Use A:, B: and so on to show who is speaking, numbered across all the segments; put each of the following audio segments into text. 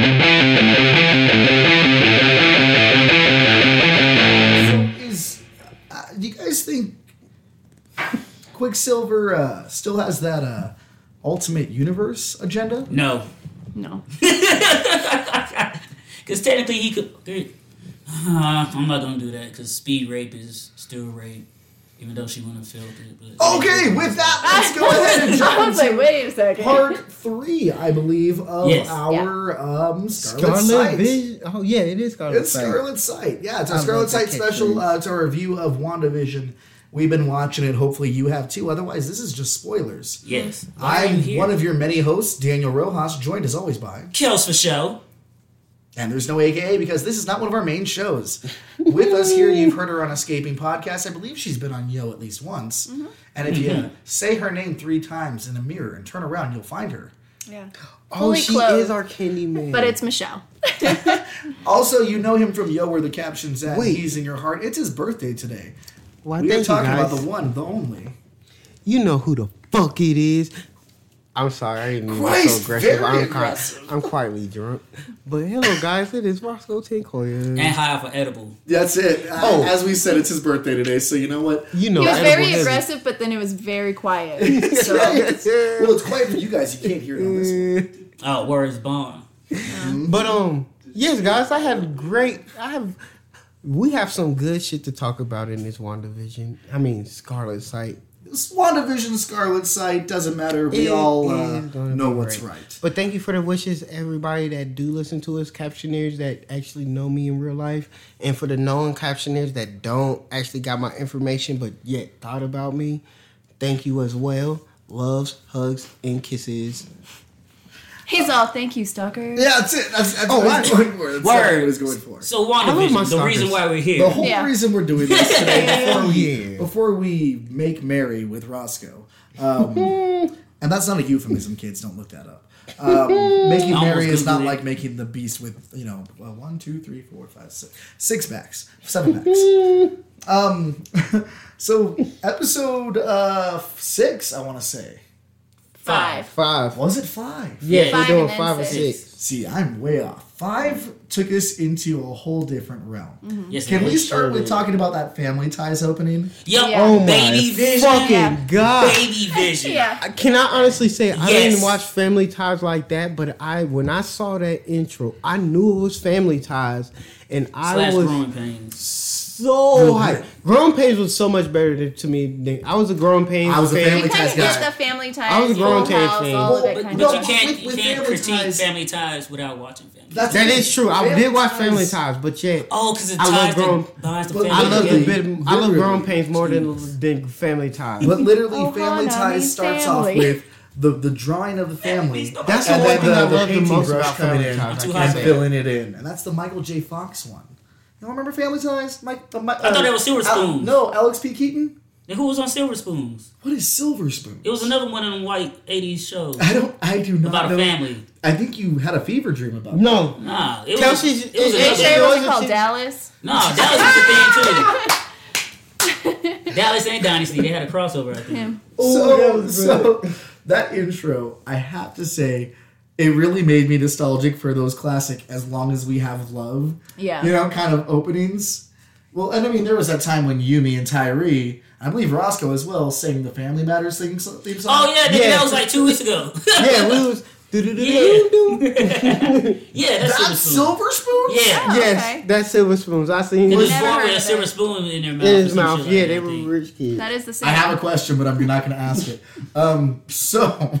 A: Mm-hmm.
B: uh, Quicksilver uh, still has that uh, Ultimate Universe agenda.
A: No,
C: No.
A: because technically he could. there- Uh, I'm not gonna do that because speed rape is still rape, even though she wouldn't have felt it. But
B: Okay, with that, let's go ahead and
C: I
B: jump
C: was like,
B: into
C: wait a second.
B: part three, I believe, of
A: Yes.
B: our um, Scarlet,
D: Scarlet
B: Sight.
D: Vision. Oh yeah, it is Scarlet.
B: It's
D: Sight.
B: Scarlet Sight. Yeah, it's
D: I
B: our Scarlet
D: love that
B: Sight
D: kid,
B: special.
D: dude.
B: Uh, it's our review of WandaVision. We've been watching it. Hopefully, you have too. Otherwise, this is just spoilers.
A: Yes, Why are you
B: I'm
A: here?
B: one of your many hosts, Daniel Rojas, joined as always by.
A: Kels for show.
B: And there's no AKA because this is not one of our main shows. With us here, you've heard her on Escaping Podcast. I believe she's been on Yo at least once.
D: Mm-hmm.
B: And if you say her name three times in a mirror and turn around, you'll find her.
C: Yeah.
D: Oh,
C: Fully
D: she
C: clothed.
D: is our Candyman.
C: But it's Michelle.
B: Also, you know him from Yo, where the caption's at.
D: Wait.
B: He's in your heart. It's his birthday today.
D: Why,
B: We are
D: thank you,
B: talking about
D: guys.
B: the one, the only.
D: You know who the fuck it is. I'm sorry, I didn't mean to be so
B: Christ,
D: aggressive.
B: very
D: I'm,
B: aggressive.
D: Quite, I'm quietly drunk. But hello, guys, it is Roscoe Tinkoya.
B: Mm-hmm.
A: And high for edible.
B: That's it.
D: Oh.
B: Oh. As we said, it's his birthday today, so you know what?
D: You know,
C: He was
D: edible
C: very
D: heavy.
C: aggressive, but then it was very quiet. So
B: well, it's quiet for you guys. You can't hear it on this one.
A: Oh, where is Bond?
D: But um, yes, guys, I have great. I have. We have some good shit to talk about in this WandaVision. I mean, Scarlet Sight.
B: WandaVision Scarlet Sight doesn't matter. We
D: It
B: all uh,
D: is gonna
B: know
D: be
B: what's
D: great.
B: right.
D: But thank you for the wishes, everybody that do listen to us, captioners that actually know me in real life, and for the known captioners that don't actually got my information but yet thought about me. Thank you as well. Loves, hugs, and kisses.
C: he's all, thank you, stalker.
B: Yeah, that's it. That's, that's what he's going for. That's what he was going for.
A: Oh, So
D: love my
A: WandaVision, the
D: stalkers.
A: reason why we're here.
B: the whole
C: Yeah.
B: reason we're doing this today, before, we,
D: yeah.
B: before we make merry with Roscoe, um, and that's not a euphemism, kids. Don't look that up. Um, making
A: I almost
B: merry is not
A: Googled it.
B: like making the beast with you know well, one, two, three, four, five, six, six backs, seven backs. um, so episode uh, six, I want to say,
C: Five.
D: Five.
B: was it five?
D: Yeah,
C: Five
D: we're doing
C: and then
D: five or
C: six.
D: six.
B: See, I'm way off. Five took us into a whole different realm.
A: Yes,
B: Can
A: it
B: we
A: is.
B: start with talking about that family ties opening?
A: Yup.
C: Yeah. Oh
D: my
A: baby vision.
D: Fucking
C: Yeah.
D: God.
A: Baby vision.
C: Yeah.
D: I- Can I honestly say I
A: Yes.
D: didn't watch Family Ties like that, but I when I saw that intro, I knew it was Family Ties, and I
A: Slash
D: was
A: growing pains.
D: so
B: Real
D: hyped.
B: good.
D: Grown Pains was so much better than, to me. Than, I was a Grown Pains.
B: I was a
D: fan.
B: Family
C: You kind
B: Ties
C: of get
B: guy.
C: the family ties.
D: I was a grown
C: full
D: teen
C: house,
D: fan.
C: all of
B: Well,
C: that kind
A: But
C: of
B: No,
A: you
C: stuff.
A: can't,
B: with-
A: you
B: with
A: can't
B: Family
A: critique
B: Ties-
A: family ties without watching family.
B: That's
D: That is true. I
B: Family
D: did watch
B: Ties-
D: Family Ties, but yet
A: oh, because it
D: I
A: ties
D: love grown.
A: the bonds to
B: But
A: family.
D: I love the
B: Literally.
D: bit. I love
B: Literally.
D: Grown Pains more than than Family Ties.
B: But literally,
C: Oh,
B: Family
C: Hannah,
B: Ties
C: means
B: starts
C: family.
B: off with the, the drawing of the family.
D: That's the
B: And
D: one
B: then
D: thing
B: the,
D: I
B: the
D: love the
B: painting
D: most
B: brush
D: about
B: coming
D: Family
B: in
D: Ties.
A: Too
D: I
A: high
D: can't
B: and
A: for
D: say
A: Bill.
D: it.
B: filling it in. And that's the Michael J. Fox one. You don't remember Family Ties? Mike, the, Mi-
A: I thought
B: uh,
A: that was Silver
B: Al-
A: Spoon.
B: no, Alex P. Keaton?
A: And who was on Silver Spoons?
B: What is Silver Spoon?
A: It was another one of them white 80s shows
B: I don't, I do not
A: about
B: know.
A: a family.
B: I think you had a fever dream about that.
D: No,
A: Nah, it was,
D: Kelsey's-
A: it was
C: Ain't
D: it- it-
A: another.
C: there
D: was
C: one
D: a
C: called
D: teen-
C: Dallas?
A: Nah, Dallas was a thing too. Dallas and Dynasty, they had a crossover, I think.
B: So,
A: Oh,
D: that was
B: so that intro, I have to say, it really made me nostalgic for those classic "As Long as We Have Love,"
C: Yeah.
B: you know, kind of openings. Well, and I mean, there was that time when Yumi and Tyree, I believe Roscoe as well, sang the Family Matters thing, theme song.
A: Oh yeah, nigga,
D: Yeah.
A: that was like two weeks ago.
D: yeah, we was.
A: yeah, that's,
B: that's
A: Silver
B: Silver
A: Spoon.
B: Spoon.
A: Yeah.
C: Oh,
D: Yes,
C: okay.
D: that's Silver Spoons. I seen
A: It was
D: his,
C: Never
A: former
C: heard of
A: a
C: that.
A: silver spoon in their mouth.
D: in
A: or
D: his
A: some
D: mouth.
A: shit
D: Yeah,
A: like
D: they
A: that, I
D: were
A: think.
D: rich kids.
C: That is the same.
B: I have a question, but I'm not going to ask it. Um, so,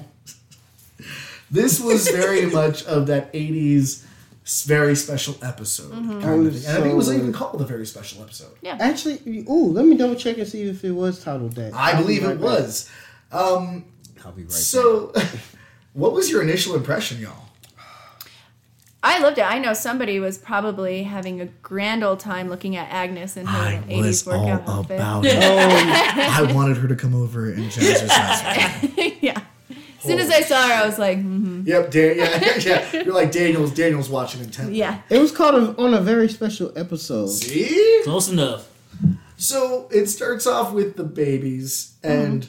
B: this was very much of that 80s s- very special episode.
C: Mm-hmm.
B: kind of
D: was
B: thing. and I think it was
D: so-
B: even called a very special episode.
C: Yeah.
D: Actually, ooh, let me double check and see if it was titled that.
B: I
D: I'll be
B: believe
D: right
B: it
D: back.
B: was. Um,
D: I'll be right
B: So, what was your initial impression, y'all?
C: I loved it. I know somebody was probably having a grand old time looking at Agnes in her 80s workout outfit.
D: Um,
B: I wanted her to come over and jazz herself.
C: yeah. As soon as I saw her, I was like, mm-hmm.
B: yep, Dan- yeah, yeah. You're like Daniel's. Daniel's watching intently.
C: yeah.
D: It was called a, on a very special episode.
B: See.
A: Close enough.
B: So it starts off with the babies, and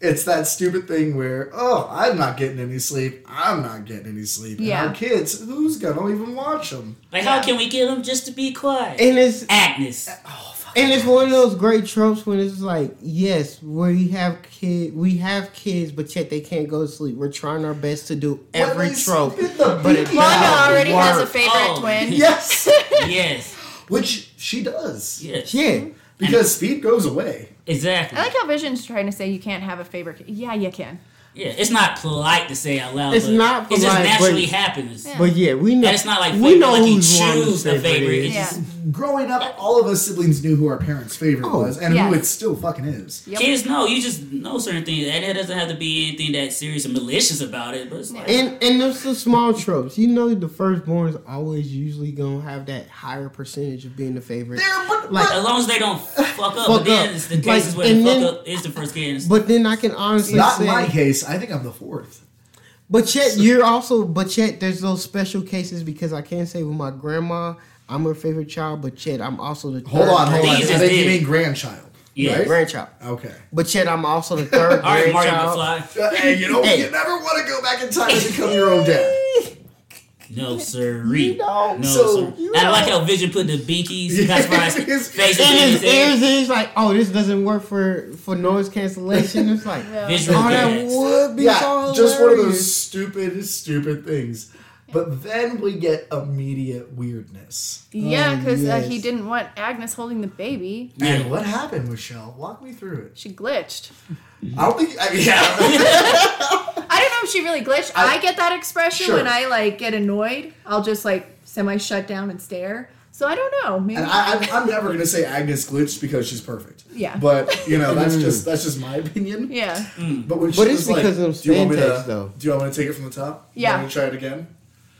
B: it's that stupid thing where, oh, I'm not getting any sleep. I'm not getting any sleep. And
C: Yeah.
B: our kids, who's gonna even watch them?
A: Like, how can we get them just to be quiet?
D: And it's
A: Agnes.
B: Oh, fuck.
D: and it's one of those great tropes when it's like, yes, we have kid, we have kids, but yet they can't go to sleep. We're trying our best to do every
B: is
D: trope,
B: with the
D: but it
B: beaky eye?
C: Wanda already
D: doesn't
C: has a
D: work.
C: favorite
A: Oh.
C: twin.
B: Yes,
A: yes,
B: which she does
A: yes,
D: Yeah,
B: because Speed goes away.
A: exactly.
C: I like how Vision's trying to say you can't have a favorite. kid. Yeah, you can.
A: yeah, it's not polite to say out loud.
D: It's
A: but
D: not
A: It just
D: polite,
A: naturally
D: but-
A: happens.
D: but yeah, we know.
A: And it's not like
D: we
A: favorite,
D: know
A: like you
D: who's wrong
A: choose the favorite.
D: is.
A: It's
C: Yeah.
A: just-
B: Growing up, all of us siblings knew who our parents' favorite
D: Oh,
B: was and who
C: yes.
B: it still fucking is.
C: Yep.
A: Kids know you just know certain things, and it doesn't have to be anything that serious and malicious about it. But it's like,
D: And and there's the small tropes. You know, the firstborn's always usually gonna have that higher percentage of being the favorite.
B: There, but,
D: Like-
B: but
A: as long as they don't fuck up,
D: Fuck
A: but then
D: up.
A: it's the
D: Like,
A: cases where the
D: and
A: fuck
D: then-
A: up is the first case.
D: But then I can honestly
B: not
D: say,
B: in my case. I think I'm the fourth.
D: But yet you're also but yet there's those special cases because I can't say with my grandma I'm her favorite child, but yet I'm also the
B: Hold
D: third
B: on, hold on.
A: These
B: I
D: grandchild.
A: is
B: think you
A: it.
B: mean grandchild.
A: Yeah.
B: Right?
D: grandchild.
B: Okay.
D: But yet I'm also the third
A: All right, Marty
D: grandchild.
A: McFly.
B: Uh, hey, you know,
D: Hey.
B: you never want to go back in time and become your own dad.
A: No sir.
D: You know,
A: No
B: so-
A: sir.
D: you
A: And I
D: know.
A: like how Vision put the binkies, that's right,
B: His-
A: face
D: And
A: in
D: his
A: his ears.
D: ears is like, oh, this doesn't work for for noise cancellation. It's like,
C: Yeah.
A: Visual
D: oh, that
A: gags.
D: would be
B: Yeah,
D: so
B: just one of those
D: hilarious.
B: stupid, stupid things. But then we get immediate weirdness.
C: Yeah, because uh,
D: yes.
C: he didn't want Agnes holding the baby.
B: And what happened, Michelle? Walk me through it.
C: She glitched.
B: I don't think. I mean, yeah, I don't think-
C: I don't know if she really glitched.
B: I-
C: I, get that expression
B: Sure.
C: when I like get annoyed. I'll just like semi shut down and stare. So I don't know. Maybe
B: and I, I'm, I'm never gonna say Agnes glitched because she's perfect.
C: Yeah.
B: But you know, that's just that's just my opinion.
C: yeah.
A: Hmm.
B: But when she
D: But
B: was
D: it's
B: like,
D: because of
B: do you want me
D: span
B: to?
D: text, though."
B: Do you want me to take it from the top? You
C: Yeah.
B: Want me to try it again?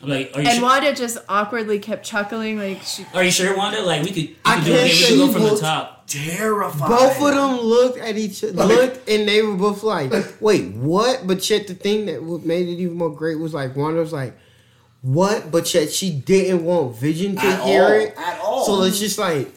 A: I'm like, are you
C: And
A: sure?
C: Wanda just awkwardly kept chuckling, like she.
A: Are you sure, Wanda? Like we could, we
D: I
A: could do
D: can't
A: it. We
D: say
A: could go from the
D: both-
A: top.
B: Terrifying.
D: Both of them looked at each other, looked, and they were both like, "Wait, what?" But yet, the thing that what made it even more great was like Wanda was like, "What?" But yet, she didn't want Vision to
B: At
D: hear
B: all,
D: it
B: at all.
D: So it's just like,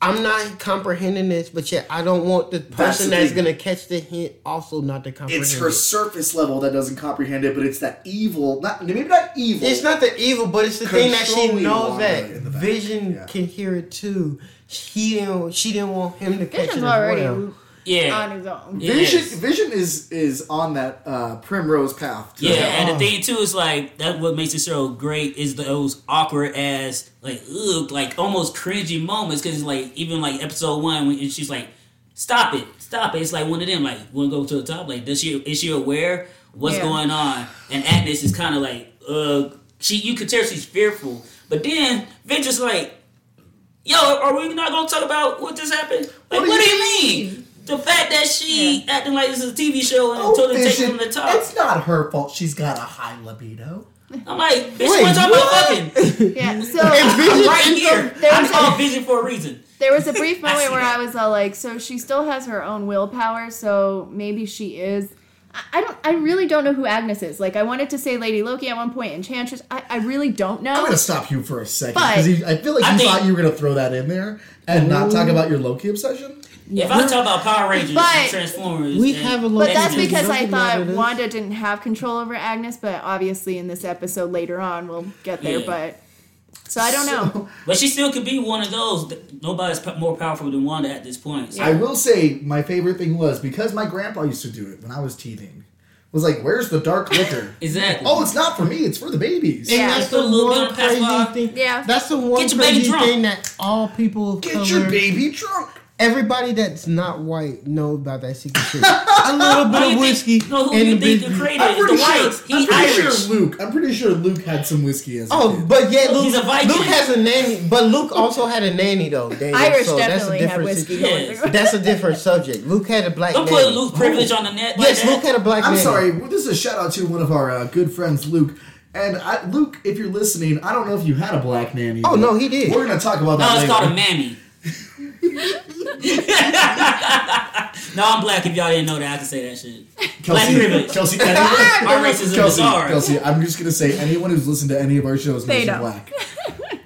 D: I'm not comprehending this, but yet I don't want the person
B: the
D: that's,
B: thing.
D: gonna catch the hint also not to comprehend.
B: It's her
D: it.
B: surface level that doesn't comprehend it, but it's that evil. Not maybe not evil.
D: It's not the evil, but it's the thing that she
B: Controlling
D: knows
B: Wanda
D: that
B: in the back.
D: Vision
B: Yeah.
D: can hear it too. She didn't. She didn't want him to catch it as
C: Vision's already
D: well.
A: Yeah.
C: on his own.
A: It
B: Vision,
A: is.
B: Vision is is on that uh, primrose path. to-
A: Yeah, and the thing too is like that. What makes this show great is those awkward ass, like ugh, like almost cringy moments. Because like even like episode one, when she's like, "Stop it, stop it." It's like one of them. Like, want to go to the top? Like, does she is she aware what's
C: Yeah.
A: going on? And Agnes is kind of like, ugh. She you could tell she's fearful, but then Venture's like, "Yo, are we not gonna talk about what just happened? Like, what, do you mean?" The fact that she acting like this is a TV show and
B: Oh,
A: totally taking
B: Vision,
A: from the top.
B: It's not her fault. She's got a high libido.
A: I'm like, bitch,
D: Wait,
A: you want to talk about
D: what?
A: fucking?
C: Yeah. So
A: I'm
D: Vision
A: right
D: ends
A: here.
D: up-
A: I'm
C: there's
A: called Vision for a reason.
C: there was a brief
A: I see
C: moment where
A: that.
C: I was all like, so she still has her own willpower, so maybe she is. I- I don't. I really don't know who Agnes is. Like, I wanted to say Lady Loki at one point, Enchantress. I, I really don't know.
B: I'm gonna stop you for a second
C: But-
B: because I feel like
A: I
B: you
A: think-
B: thought you were gonna throw that in there and not talk about your Loki obsession.
A: If I talk about Power Rangers
C: But-
A: and Transformers,
D: We
A: and-
D: have a lot.
C: But that's
A: Don't you
C: because I
D: Nothing about
C: thought
D: it is-
C: Wanda didn't have control over Agnes, but obviously in this episode later on we'll get there.
A: Yeah.
C: But so I don't know.
A: but she still could be one of those. that- Nobody's po- more powerful than Wanda at this point. So
B: I will say my favorite thing was because my grandpa used to do it when I was teething. Was like, where's the dark liquor?
A: Exactly.
B: oh, it's not for me. It's for the babies.
D: And
C: Yeah.
D: that's
A: Just put
D: the
A: a little bit
D: one
A: of pepper.
D: crazy thing.
C: Yeah.
D: That's the one
A: Get your baby
D: crazy
A: drunk.
D: thing that all people of
B: Get
D: color,
B: your baby drunk.
D: everybody that's not white, know about that secret trick. a little
A: Who
D: bit
A: you
D: of whiskey
A: Think, no, who
D: and
A: you
D: the
A: think
D: big-
A: the creator
B: I'm
A: is
B: pretty
A: the
B: sure.
A: white?
B: I'm
A: He
B: pretty
A: Irish.
B: sure Luke. I'm pretty sure Luke had some whiskey as a
D: Oh,
B: kid.
D: but yeah, Luke,
A: He's a Viking.
D: Luke has a nanny, but Luke also had a nanny though. Daniel,
C: Irish
D: so that's a
C: definitely have
D: different
C: whiskey
D: situ-
C: going
A: Yes.
C: through.
D: That's a different subject. Luke had a black.
A: Don't
D: nanny.
A: put Luke privilege on the net. Like
D: Oh. Yes,
A: that.
D: Luke had a black.
B: I'm
D: nanny.
B: sorry. Well, This is a shout out to one of our uh, good friends, Luke. And I, Luke, if you're listening, I don't know if you had a black nanny.
D: Oh, no, he did.
B: We're gonna talk about that
A: No, it's
B: later.
A: called a mammy. no, I'm black. If y'all didn't know that, I can say that shit. Black
B: Kelsey,
A: privilege.
B: Kelsey, anyone,
A: My racism
B: Kelsey,
A: is ours.
B: Kelsey, I'm just gonna say anyone who's listened to any of our shows knows
C: They
B: you're
C: know.
B: black.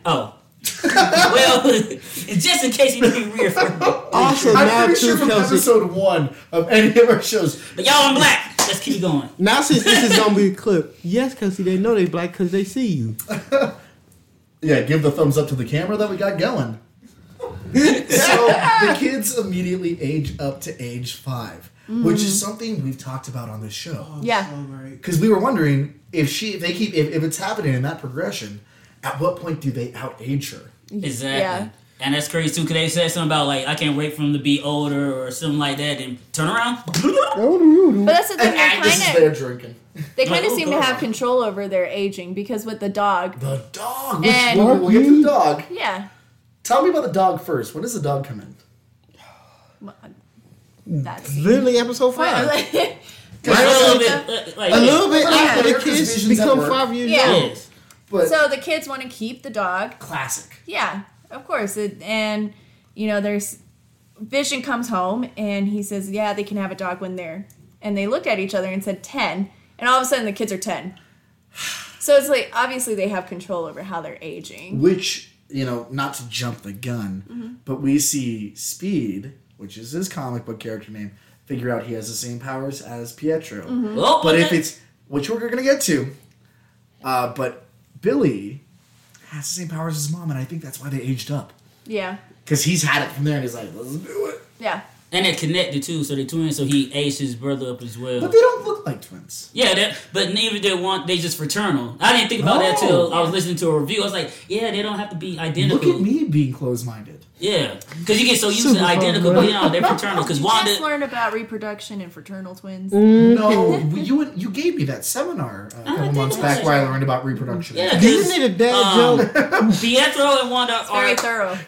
A: Oh. well, just in case you need reaffirmed. But
D: Also,
B: I'm
D: now
B: pretty sure
D: too,
B: from
D: Kelsey.
B: episode one of any of our shows.
A: y'all, I'm black. Let's keep going.
D: Now since this is gonna be a clip, yes, Kelsey, they know they black because they see you.
B: Yeah, give the thumbs up to the camera that we got going. so the kids immediately age up to age 5 which is something we've talked about on this show.
C: Yeah.
D: So great.
B: Because we were wondering if she, if they keep, if, if it's happening in that progression, at what point do they outage her?
A: Exactly.
C: Yeah.
A: And that's crazy too, because they said something about like I can't wait for him to be older or something like that, and turn around.
C: But that's the thing.
B: And Agnes
C: They
B: is
C: kind
B: there
C: of
B: drinking.
C: they kind of
A: Oh,
C: seem to
A: God.
C: have control over their aging because with the dog,
B: The dog. Which
C: And-
B: we'll, we'll get to the dog.
C: yeah,
B: Tell me about the dog first. When does the dog come in?
C: well, that's
D: Literally episode five.
A: Like, a little
C: Yeah.
A: bit, uh, like,
D: a little bit
B: Yeah.
D: after the
B: America's
D: kids
B: visions at
D: become
B: work.
D: five years
C: Yeah.
D: old.
A: Yes.
B: But
C: so the kids want to keep the dog.
B: classic.
C: Yeah, of course. It, and you know, there's Vision comes home and he says, "Yeah, they can have a dog when they're." And they looked at each other and said ten, and all of a sudden the kids are ten. So it's like obviously they have control over how they're aging.
B: Which you know, not to jump the gun,
A: Mm-hmm.
B: but we see Speed, which is his comic book character name, figure out he has the same powers as Pietro.
A: Well,
B: But if it's which we're gonna get to, uh, but Billy has the same powers as his mom, and I think that's why they aged up
C: Yeah,
B: because he's had it from there, and he's like, let's do it.
C: yeah,
A: and they're connected too, so they're twins. So he aged his brother up as well.
B: But they don't look like twins.
A: yeah, that, but neither did one. They just fraternal. I didn't think about that
B: Oh.
A: till I was listening to a review. I was like, yeah, they don't have to be identical.
B: Look at me being closed-minded.
A: Yeah, because you get so used
D: Super
A: to identical,
D: fun,
A: but you know they're fraternal. Because
C: just
A: Wanda,
C: learned about reproduction and fraternal twins.
B: Mm. No, you you gave me that seminar uh, a couple
A: Oh, did
B: months
A: it.
B: back where I learned about reproduction.
A: yeah,
D: You
A: 'cause
D: need a dad
A: Um,
D: joke.
A: Pietro and Wanda
C: Very
A: are
C: thorough.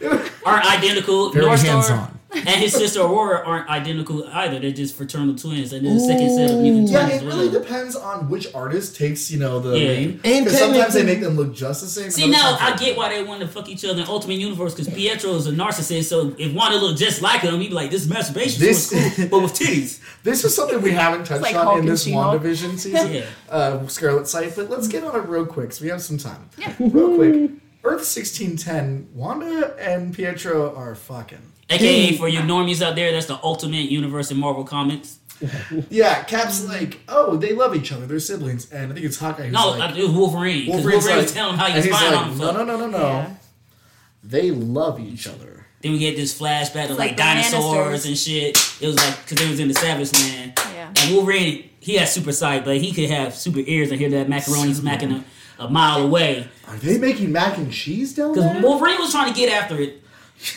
A: aren't identical.
B: Very
A: North Star
B: hands-on.
A: and his sister Aurora aren't identical either. They're just fraternal twins, and then the second set of mutant
B: Yeah,
A: twins.
B: it
A: as
B: really
A: well.
B: depends on which artist takes, you know, the
A: Yeah.
B: lead.
D: And
B: Because sometimes they
D: technically-
B: make them look just the same.
A: See
B: and other
A: now, I
B: times they
A: get why they want to fuck each other in Ultimate Universe because Pietro is a narcissist. So if Wanda looked just like him, he'd be like, "This is masturbation,
B: This-
A: this is cool, but with titties."
B: don't. This is something we haven't touched
C: like
B: on
C: Hulk
B: in
C: and
B: this
C: She-Hulk.
B: WandaVision season,
A: Yeah.
B: uh, Scarlet Sight, but let's get on it real quick so we have some time.
C: Yeah.
B: Real quick. Earth 1610, Wanda and Pietro are fucking.
A: AKA for you normies out there, that's the Ultimate Universe in Marvel Comics.
B: Yeah, Cap's
A: Mm.
B: like, oh, they love each other. They're siblings. And I think it's Hawkeye who's
A: No,
B: like,
A: it was Wolverine. Because Wolverine
B: Wolverine's
A: was
B: like-
A: telling him how
B: and
A: he's
B: he's
A: spying
B: like,
A: on him.
B: No, no, no, no, no.
C: Yeah.
B: They love each other.
A: Then we get this flashback of
C: like
A: like,
C: the
A: dinosaurs
C: Lannisters.
A: and shit. It was like because they was in the Savage Land.
C: Yeah.
A: And Wolverine, he has super sight, but he could have super ears and hear that macaroni smacking a, a mile away.
B: Are they making mac and cheese down
A: Because
B: there?
A: Wolverine was trying to get after it,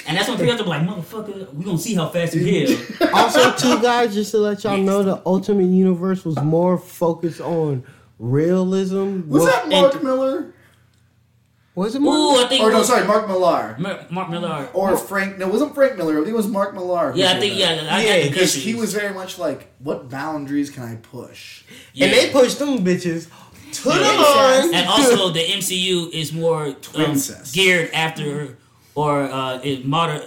A: and that's when Pietro be like, "Motherfucker, we gonna see how fast you heal."
D: also, two guys, just to let y'all
A: Next.
D: know, the Ultimate Universe was more focused on realism.
B: Was
D: Well,
B: that
D: and-
B: Mark Miller?
D: Was it
A: Ooh,
D: more?
A: I think
B: Or no, sorry, Mark Oh, Millar.
A: Mar- Mark Millar.
B: Or Frank. No, it wasn't Frank Miller. I think it was Mark Millar. who
A: yeah, I
B: did
A: think
B: that.
A: yeah, I
D: Yeah,
A: got the
B: Because
A: pictures.
B: he was very much like, what boundaries can I push?
A: Yeah.
D: And they pushed them bitches to the
A: Yeah.
D: line.
A: and also the MCU is more um,
B: Twincest.
A: geared after or uh, it moder-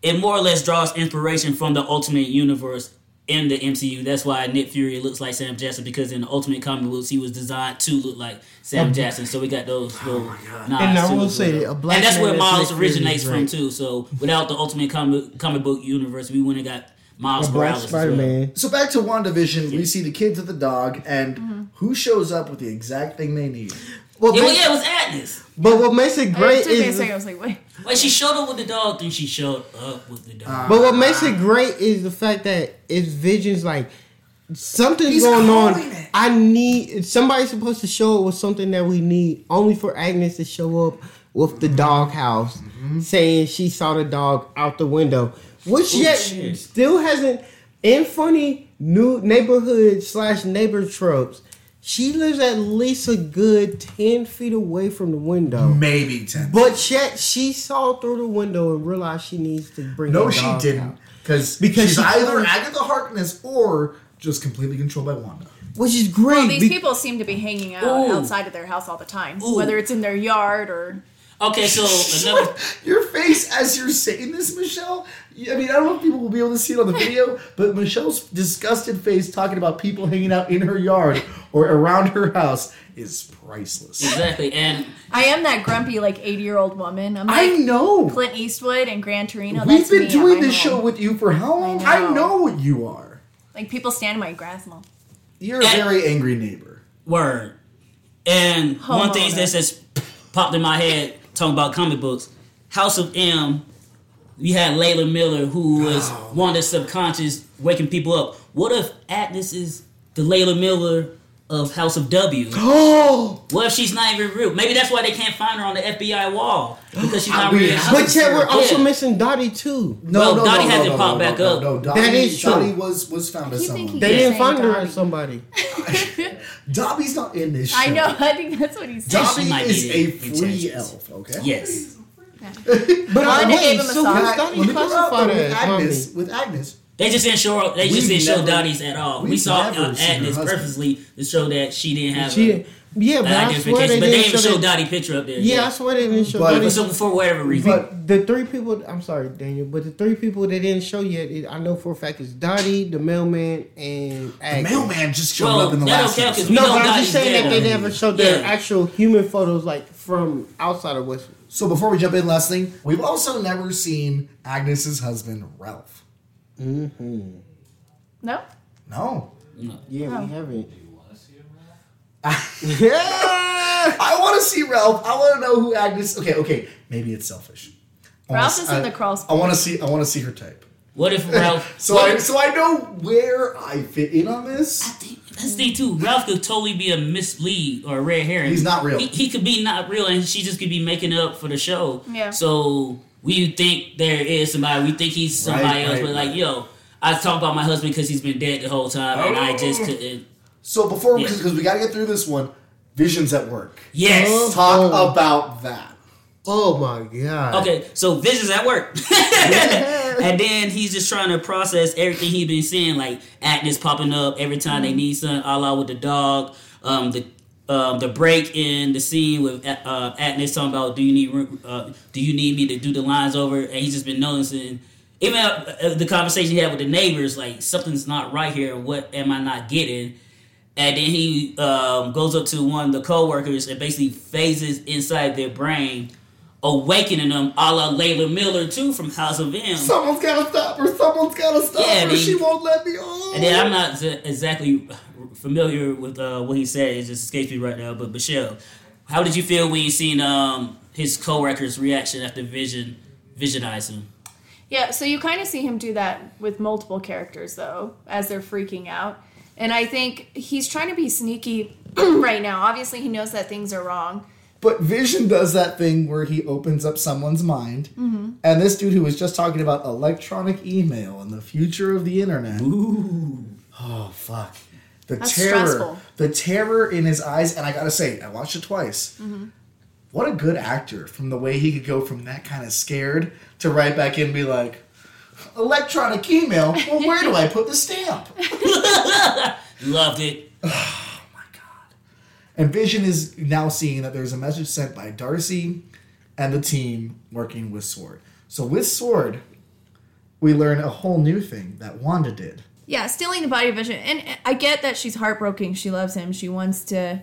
A: it more or less draws inspiration from the Ultimate Universe in the MCU. That's why Nick Fury looks like Sam Jackson because in the Ultimate comic books he was designed to look like
D: Um,
A: Sam Jackson. So we got those little nods
D: oh And I
A: to
D: will
A: it.
D: say that a black
A: and that's
D: man
A: where
D: that's
A: Miles
D: Nick Fury is
A: originates from
D: great.
A: too. So without the Ultimate comic comic book universe, we wouldn't have got Miles
D: A black
A: Morales. as well.
D: Spider Man.
B: So back to WandaVision, we see the kids with the dog, and
A: Mm-hmm.
B: who shows up with the exact thing they need?
D: Well,
A: Yeah, well,
D: ma-
A: yeah, it was Agnes.
D: But what makes it
C: It
D: great
C: took me a
D: is.
C: second. I was like, wait.
A: When she showed up with the dog, then she showed up with the dog.
D: But what makes it great is the fact that it's visions like something's
B: He's
D: going on.
B: calling it.
D: I need somebody's supposed to show up with something that we need, only for Agnes to show up with the doghouse
B: Mm-hmm.
D: saying she saw the dog out the window, which yet
A: shit.
D: still hasn't. In funny new neighborhood slash neighbor tropes, she lives at least a good ten feet away from the window.
B: Maybe 10.
D: But yet she saw through the window and realized she needs to bring.
B: no,
D: the
B: she
D: dog
B: didn't.
D: out.
B: Because
D: Oh, Because
B: she's
D: she-
B: either Agatha Harkness or just completely controlled by Wanda.
D: which is great.
C: Well, these
D: be-
C: people seem to be hanging out
A: Ooh.
C: outside of their house all the time,
A: Ooh.
C: whether it's in their yard or.
A: Okay, so another
B: Your face as you're saying this, Michelle. I mean, I don't know if people will be able to see it on the video, but Michelle's disgusted face talking about people hanging out in her yard or around her house is priceless.
A: exactly, and
C: I am that grumpy, like eighty-year-old woman. I'm
B: I
C: like
B: know.
C: Clint Eastwood and Gran Torino.
B: We've
C: that's me
B: been
C: at
B: doing
C: my
B: this
C: home.
B: show with you for how long?
C: I know.
B: I know what you are.
C: Like people stand in my grass and all.
B: You're a very angry neighbor.
A: word, and one thing
C: Homeowner.
A: that's just popped in my head talking about comic books, House of M we had Layla Miller who was one of the subconscious waking people up. What if Agnes is the Layla Miller of House of W?
D: Oh,
A: What if she's not even real? Maybe that's why they can't find her on the FBI wall because she's not
B: We
A: real.
B: have-
D: but yeah, we're also
A: Yeah.
D: missing Dottie too.
B: No,
A: Well,
B: no,
A: Dottie
B: no,
A: hasn't
B: no, no,
A: popped
B: no,
A: back
B: no,
A: up.
B: No, Dottie,
D: That is true.
B: Dottie was was found as
C: keep
B: someone.
C: thinking-
D: They
C: Yeah.
D: didn't
C: Same
D: find her as
C: Dottie.
D: somebody.
B: Dobby's not in this. Show.
C: I know. I think that's what he said.
A: Doc-
B: Dobby
A: might be
B: is a
A: in
B: free
A: Texas.
B: elf. Okay.
A: Yes.
D: But I
C: they gave
D: wait,
C: him a
D: so
B: Can
C: song.
D: what's
B: I- let
D: Dottie
B: me throw out, though,
D: classified
B: with
D: as? I mean,
B: Agnes, with Agnes,
A: They just didn't show. They just
B: We've
A: didn't show
B: never-
A: Dottie's at all. We
B: we've
A: saw
B: never
A: uh,
B: seen her
A: Agnes
B: husband.
A: purposely to show that she didn't have
D: She
A: a-
D: didn't. Yeah, but
A: an
D: I swear
A: identification.
D: they
A: But they
D: didn't
A: didn't
D: show
A: show
D: that-
A: Dottie picture up there.
D: Yeah, I swear they didn't show
B: But-
D: Dottie.
A: So for whatever reason,
B: but
D: The three people, I'm sorry, Daniel, but the three people they didn't show yet, it, I know for a fact is Dottie, the mailman, and
B: the
D: Agnes.
B: mailman just showed
A: Well,
B: up in the
A: that
B: last.
A: don't count 'cause
B: episode.
A: we
D: No,
A: know
D: but I'm
A: Dottie's
D: just saying that
A: dead
D: they
A: already.
D: never showed their
A: Yeah.
D: actual human photos, like from outside of Westwood.
B: So before we jump in, last thing, we've also never seen Agnes's husband Ralph.
C: No?
B: No,
D: Yeah,
C: Oh.
D: we haven't.
A: Ah!
B: I want to see Ralph. I want to know who Agnes. Okay, okay, maybe it's selfish. I wanna
C: Ralph
B: s-
C: is in
B: I-
C: the crawl space.
B: I want to see. I want to see her type.
A: what if Ralph?
B: So
A: what
B: I
A: if-
B: so I know where I fit in on
A: I
B: this.
A: think- That's the thing too. Ralph could totally be a mislead or a red herring.
B: He's not real.
A: He, he could be not real, and she just could be making up for the show.
C: Yeah.
A: So we think there is somebody. We think he's somebody
B: Right,
A: else,
B: right,
A: but
B: right.
A: like, yo, I talk about my husband because he's been dead the whole time, and I just couldn't.
B: So before
A: Yeah.
B: because we got to get through this one. Visions at work.
A: Yes.
B: Talk
D: Oh.
B: about that.
D: Oh my god.
A: Okay, so visions at work. and then he's just trying to process everything he's been seeing, like actors popping up every time they need something, a la with the dog, um, the um, the break in the scene with A- uh, Agnes talking about, do you need room- uh, do you need me to do the lines over? And he's just been noticing, even uh, uh, the conversation he had with the neighbors, like something's not right here. What am I not getting? And then he um, goes up to one of the coworkers and basically phases inside their brain, awakening them a la Layla Miller too from House of M.
B: Someone's gotta stop her. Someone's gotta stop
A: Yeah,
B: her.
A: they-
B: she won't let me on.
A: and then I'm not z- exactly familiar with uh, what he said. It just escapes me right now. But Michelle, how did you feel when you seen um, his coworkers' reaction after Vision visionized him?
C: Yeah, so you kind of see him do that with multiple characters, though, as they're freaking out. And I think he's trying to be sneaky right now. Obviously, he knows that things are wrong.
B: But Vision does that thing where he opens up someone's mind,
C: Mm-hmm.
B: and this dude who was just talking about electronic email and the future of the internet. Ooh, oh fuck! The
C: That's
B: terror,
C: stressful.
B: the terror in his eyes, and I gotta say, I watched it twice.
C: Mm-hmm.
B: What a good actor! From the way he could go from that kind of scared to right back in and be like, electronic email. Well, where do I put the stamp?
A: Loved it.
B: And Vision is now seeing that there's a message sent by Darcy and the team working with Sword. So with Sword, we learn a whole new thing that Wanda did.
C: Yeah, stealing the body of vision. And I get that she's heartbroken. She loves him. She wants to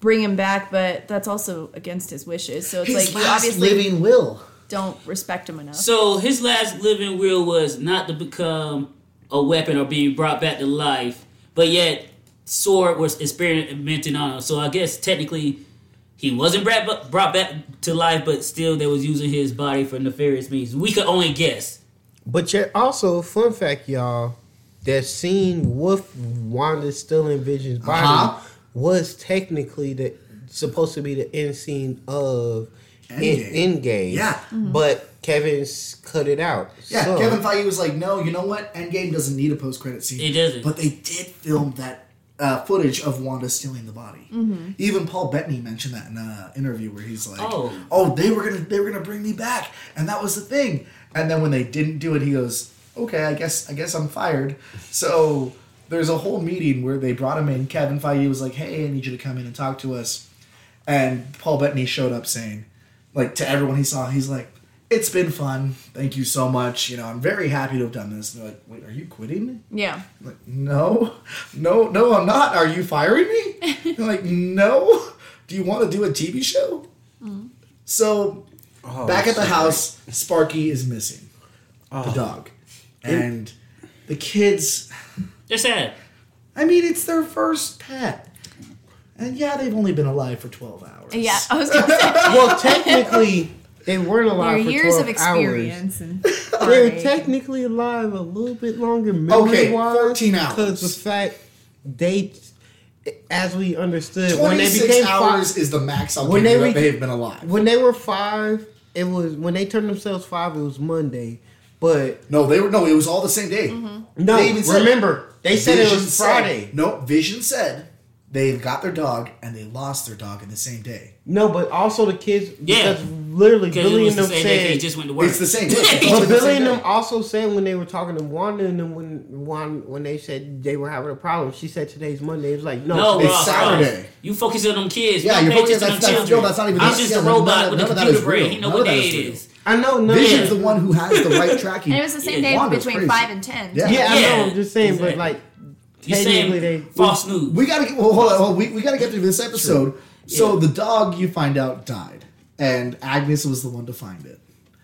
C: bring him back, but that's also against his wishes. So it's like, you obviously
B: living will.
C: don't respect him enough.
A: So his last living will was not to become a weapon or being brought back to life, but yet Sword was experimenting on him. So I guess technically he wasn't brought brought back to life, but still they was using his body for nefarious means. We could only guess.
D: But yet also, fun fact, y'all, that scene with Wanda still in Vision's body
B: Uh-huh.
D: was technically the supposed to be the end scene of
B: Endgame.
D: End, Endgame.
B: Yeah.
C: Mm-hmm.
D: But Kevin's cut it out.
B: Yeah,
D: So-
B: Kevin Feige was like, no, you know what? Endgame doesn't need a post credit scene.
A: It doesn't.
B: But they did film that uh, footage of Wanda stealing the body. Even Paul Bettany mentioned that in an interview where he's like,
A: Oh.
B: oh. they were gonna they were gonna bring me back, and that was the thing. And then when they didn't do it, he goes, okay, I guess I guess I'm fired. So there's a whole meeting where they brought him in. Kevin Feige was like, hey, I need you to come in and talk to us. And Paul Bettany showed up saying, like to everyone he saw, he's like, "It's been fun. Thank you so much. You know, I'm very happy to have done this." And they're like, "Wait, are you quitting?"
C: yeah.
B: I'm like, no, no, no, I'm not. Are you firing me? They're like, no. Do you want to do a TV show? So,
D: Oh,
B: back at the
D: so-
B: house, Sparky is missing
D: Oh.
B: the dog, and the kids.
A: They're sad.
B: I mean, it's their first pet, and yeah, they've only been alive for twelve hours.
C: Yeah, I was going to say.
D: Well, technically, They weren't alive
C: Their
D: for
C: years of
D: 12 hours.
C: experience and
D: They were
C: Sorry.
D: technically alive a little bit longer.
B: Okay,
D: memory-wise,
B: 14 hours.
D: Because the fact they, as we understood, when they
B: 26
D: became
B: hours
D: five,
B: is the max I'll
D: when
B: give you
D: they
B: that
D: re-
B: they've been alive.
D: when they were five, it was when they turned themselves five. It was Monday, but
B: no, they were no. It was all the same day.
D: no.
B: They even said-
D: remember, they said it was
B: said-
D: Friday.
B: no, Vision said they got their dog and they lost their dog in the same day.
D: No, but also the kids.
A: Yeah.
D: because literally
A: Because it
D: Billy
A: was
D: and
A: the
D: them
A: same day they
D: said.
A: just went to work.
B: It's the same day.
D: But
B: It's the
D: Billy
B: same
D: and them
B: day.
D: also said when they were talking to Wanda and them when Wan- when they said they were having a problem, she said today's Monday. It was like no,
A: No,
B: It's
A: Ross,
B: Saturday.
A: Ross, you focus on them kids.
B: Yeah,
A: Yeah,
B: you're
A: you focus
B: focused- that's-
A: on them
B: that's-
A: children.
B: no, that's not even-
A: I'm just
B: yeah,
A: a
B: none of
A: robot
B: that-
A: with
B: none
A: a
B: of that is
A: computer brain.
B: real.
A: He know
B: None
A: what
B: of that
A: day
B: is
A: it
B: real.
A: is.
D: I know no.
B: Vision's the one who has the right tracking.
C: and it was the same
A: Yeah,
C: day
B: Wanda's
C: between
B: crazy.
C: five and ten.
B: Yeah.
D: Yeah, I know.
A: Yeah,
D: I'm just saying,
A: exactly.
D: but like
A: You're
D: technically
A: saying
D: they
A: false news.
B: We gotta get well, hold on, hold on. We, we gotta get through this episode. So the dog you find out died, and Agnes was the one to find it.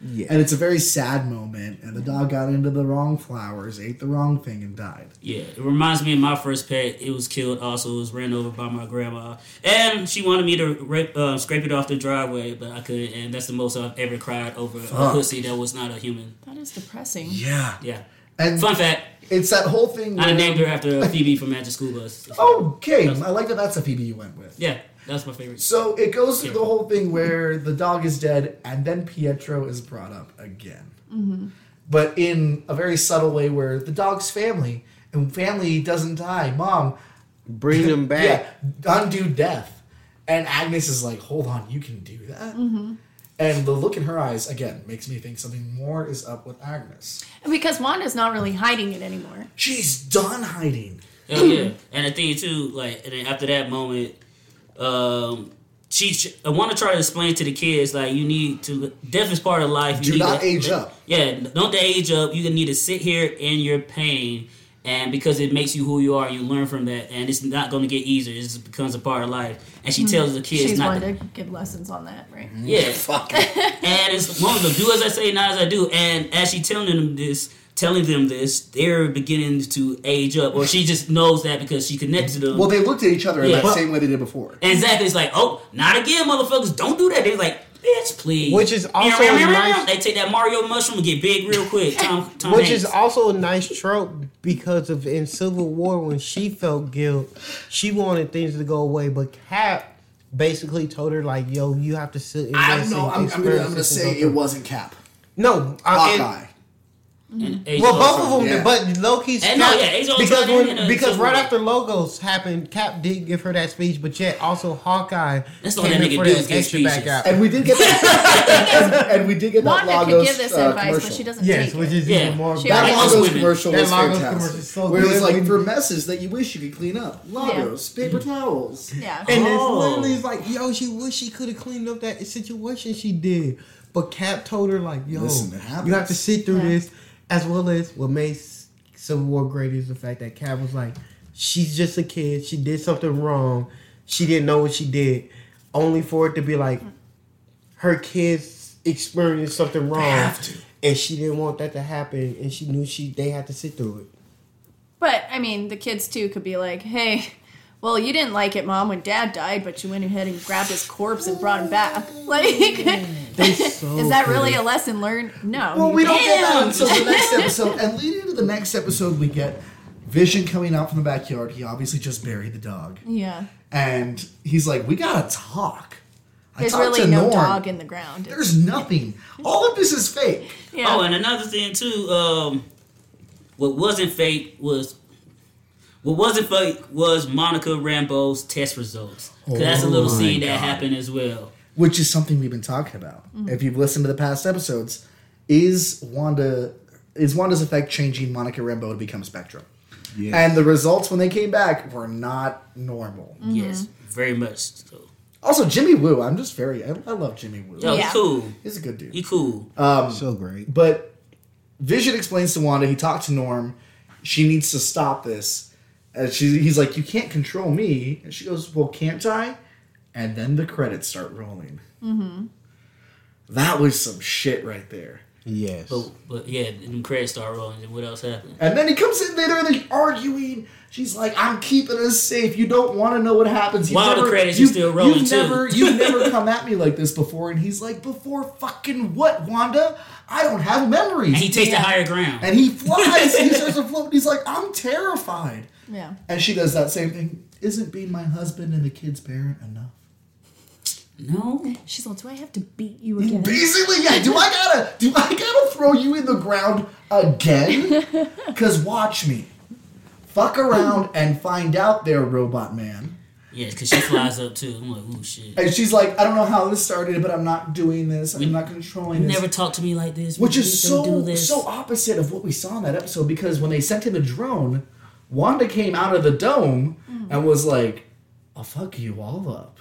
D: Yeah.
B: And it's a very sad moment, and the dog got into the wrong flowers, ate the wrong thing, and died.
A: Yeah, it reminds me of my first pet. It was killed. Also, it was ran over by my grandma, and she wanted me to rip, uh, scrape it off the driveway, but I couldn't. And that's the most I've ever cried over a
B: Fuck.
A: pussy that was not a human.
C: That is depressing.
B: Yeah.
A: Yeah.
B: And
A: Fun fact:
B: it's that whole thing.
A: I
B: where-
A: named her after Phoebe from Magic School Bus.
B: Okay, I like that. That's a Phoebe you went with.
A: Yeah, that's my favorite.
B: So it goes through the whole thing where the dog is dead, and then Pietro is brought up again, but in a very subtle way, where the dog's family and family doesn't die. Mom,
D: bring them back.
B: Yeah, undo death. And Agnes is like, hold on, you can do that. And the look in her eyes again makes me think something more is up with Agnes.
C: Because Wanda's not really hiding it anymore.
B: She's done hiding.
A: Hell yeah! And the thing too, like, and then after that moment, um, she I want to try to explain to the kids like you need to death is part of life. You
B: Do
A: need
B: not
A: to-
B: age up.
A: Yeah, don't to age up. You need to sit here in your pain, and because it makes you who you are, you learn from that, and it's not going to get easier. It just becomes a part of life. And she tells the kids
C: She's
A: not
C: wanted
A: to.
C: to give lessons on that, right?
A: Yeah,
B: Fuck.
A: and it's one of them do as I say, not as I do. And as she telling them this, telling them this, they're beginning to age up, or she just knows that because she connects to them.
B: well, they looked at each other in
A: Yeah.
B: that same way they did before.
A: And Zach is like, oh, not again, motherfuckers. Don't do that. They're like, bitch, please.
D: Which is also
A: Meow, meow, meow,
D: nice-
A: meow. They take that Mario mushroom and get big real quick. Tom, Tom
D: Which
A: Hanks.
D: is also a nice trope because of in Civil War when she felt guilt, she wanted things to go away, but Cap basically told her like, "Yo, you have to sit." in
B: I
D: this
B: don't know. I'm,
D: and
B: I'm gonna,
D: experience
B: I'm gonna
D: this and
B: say
D: go
B: it wasn't Cap.
D: through." No, I- Uh, and-
B: Hawkeye.
A: And Asia
D: well,
A: also-
D: both of them,
B: Yeah.
D: but Loki's
A: And no, yeah, he's all
D: because
A: tied in in a
D: when, because
A: Civil
D: right
A: War.
D: after Logos happened, Cap did give her that speech, but yet also Hawkeye
A: That's all
D: came
A: that
D: in
A: nigga
D: for
A: do
D: that
A: is give
D: extra back
A: speeches.
D: out.
B: And we did get that. and, and we did get that
C: Wanda
B: Lagos
C: could give this
B: uh,
C: advice,
B: commercial.
C: but she doesn't
D: yes,
C: take
D: which
C: it.
D: is
A: Yeah.
D: even more.
C: She
D: bad.
B: That
C: Like
B: Lagos
A: women.
B: commercial
D: That
B: was
D: Lagos
B: fantastic.
D: commercial is so
B: Where it was
D: good.
B: like for messes that you wish you could clean up. Lagos, paper towels.
C: Yeah.
D: And
A: Oh.
D: it's literally it's like, yo, she wish she could have cleaned up that situation she did. But Cap told her, like, yo,
B: Listen, it happens.
D: you have to sit through
C: Yeah.
D: this, as well as what makes Civil War great is the fact that Cap was like, she's just a kid. She did something wrong. She didn't know what she did. Only for it to be like, her kids experienced something wrong.
B: have to.
D: And she didn't want that to happen. And she knew she they had to sit through it.
C: But I mean, the kids too could be like, "Hey, well, you didn't like it, mom, when dad died, but you went ahead and grabbed his corpse and brought him back." Like,
D: They so
C: is that
D: good.
C: really a lesson learned? No.
B: Well, we don't get that
A: Damn.
B: until the next episode. And leading into the next episode, we get Vision coming out from the backyard. He obviously just buried the dog.
C: yeah.
B: And he's like, we gotta talk. I
C: There's
B: talked
C: really
B: to
C: no
B: Norm.
C: dog in the ground.
B: There's nothing. All of this is fake.
C: yeah.
A: Oh, and another thing too, um, what wasn't fake was what wasn't fake was Monica Rambo's test results. 'Cause that's a little
B: Oh my
A: scene that
B: God.
A: happened as well.
B: Which is something we've been talking about. If you've listened to the past episodes, is Wanda is Wanda's effect changing Monica Rambeau to become Spectrum?
D: Yes.
B: And the results when they came back were not normal.
C: Mm-hmm.
A: Yes, very much. So,
B: Also, Jimmy Woo, I'm just very I, I love Jimmy Woo.
A: yo,
C: Yeah.
A: you cool.
B: He's a good dude.
A: You cool.
B: Oh.
D: so great?
B: But Vision explains to Wanda, he talked to Norm, she needs to stop this. And she, he's like, You can't control me. And she goes, Well, can't I? And then the credits start rolling. Mm-hmm. That was some shit right there.
D: Yes.
A: But but yeah, them credits start rolling. And what else happened?
B: And then he comes in there and they're arguing. She's like, "I'm keeping us safe. You don't want to know what happens." You've
A: While the credits are
B: you've-
A: still rolling,
B: You've
A: too."
B: never, you've never come at me like this before. And he's like, "Before fucking what, Wanda? I don't have memories."
A: And he takes
C: Yeah.
A: the higher ground.
B: and he flies. he starts to float. And he's like, "I'm terrified."
C: Yeah.
B: And she does that same thing. Isn't being my husband and the kid's parent enough?
A: no.
C: She's like, do I have to beat you again?
B: Basically, yeah. Do I gotta? Do I gotta throw you in the ground again? Cause watch me, fuck around and find out there, Robot Man.
A: Yeah, because she flies up too. I'm like, ooh, shit.
B: And she's like, I don't know how this started, but I'm not doing this. I'm not controlling
A: You
B: this.
A: never talk to me like this.
B: Which
A: Please
B: is
A: don't
B: so so opposite of what we saw in that episode because when they sent in the drone, Wanda came out of the dome
A: Mm.
B: and was like, "I'll fuck you all up."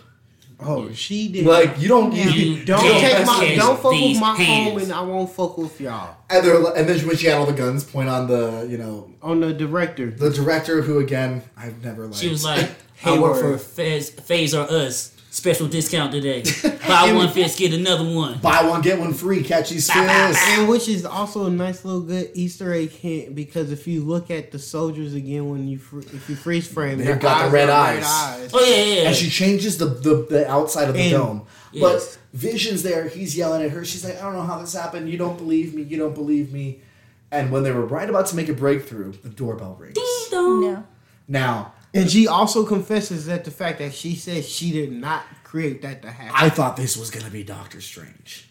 D: oh, she did.
B: Like you don't you,
A: You
B: don't
D: don't
A: Yeah,
D: take my
A: yes,
D: don't fuck with
A: these
D: my home,
A: hands.
D: and I won't fuck with y'all.
B: And, they're, li- and then when she had all the guns point on the you know
D: On the director,
B: the director who again I've never liked.
A: She was like, I work for Fez, Phase or Us. Special discount today. Buy one fist, get another one.
B: buy one get one free, catchy sis.
D: and which is also a nice little good Easter egg hint because if you look at the soldiers again when you fr- if you freeze frame,
B: They've
D: their
B: got the red
D: are
B: eyes.
A: Oh, yeah, yeah, yeah.
B: And she changes the the, the outside of the
D: And-
B: dome.
A: Yes.
B: But Vision's there, he's yelling at her. She's like, I don't know how this happened. You don't believe me. You don't believe me. And when they were right about to make a breakthrough, the doorbell rings.
C: No.
B: Now,
D: And she also confesses that the fact that she said she did not create that to happen.
B: I thought this was going to be Doctor Strange.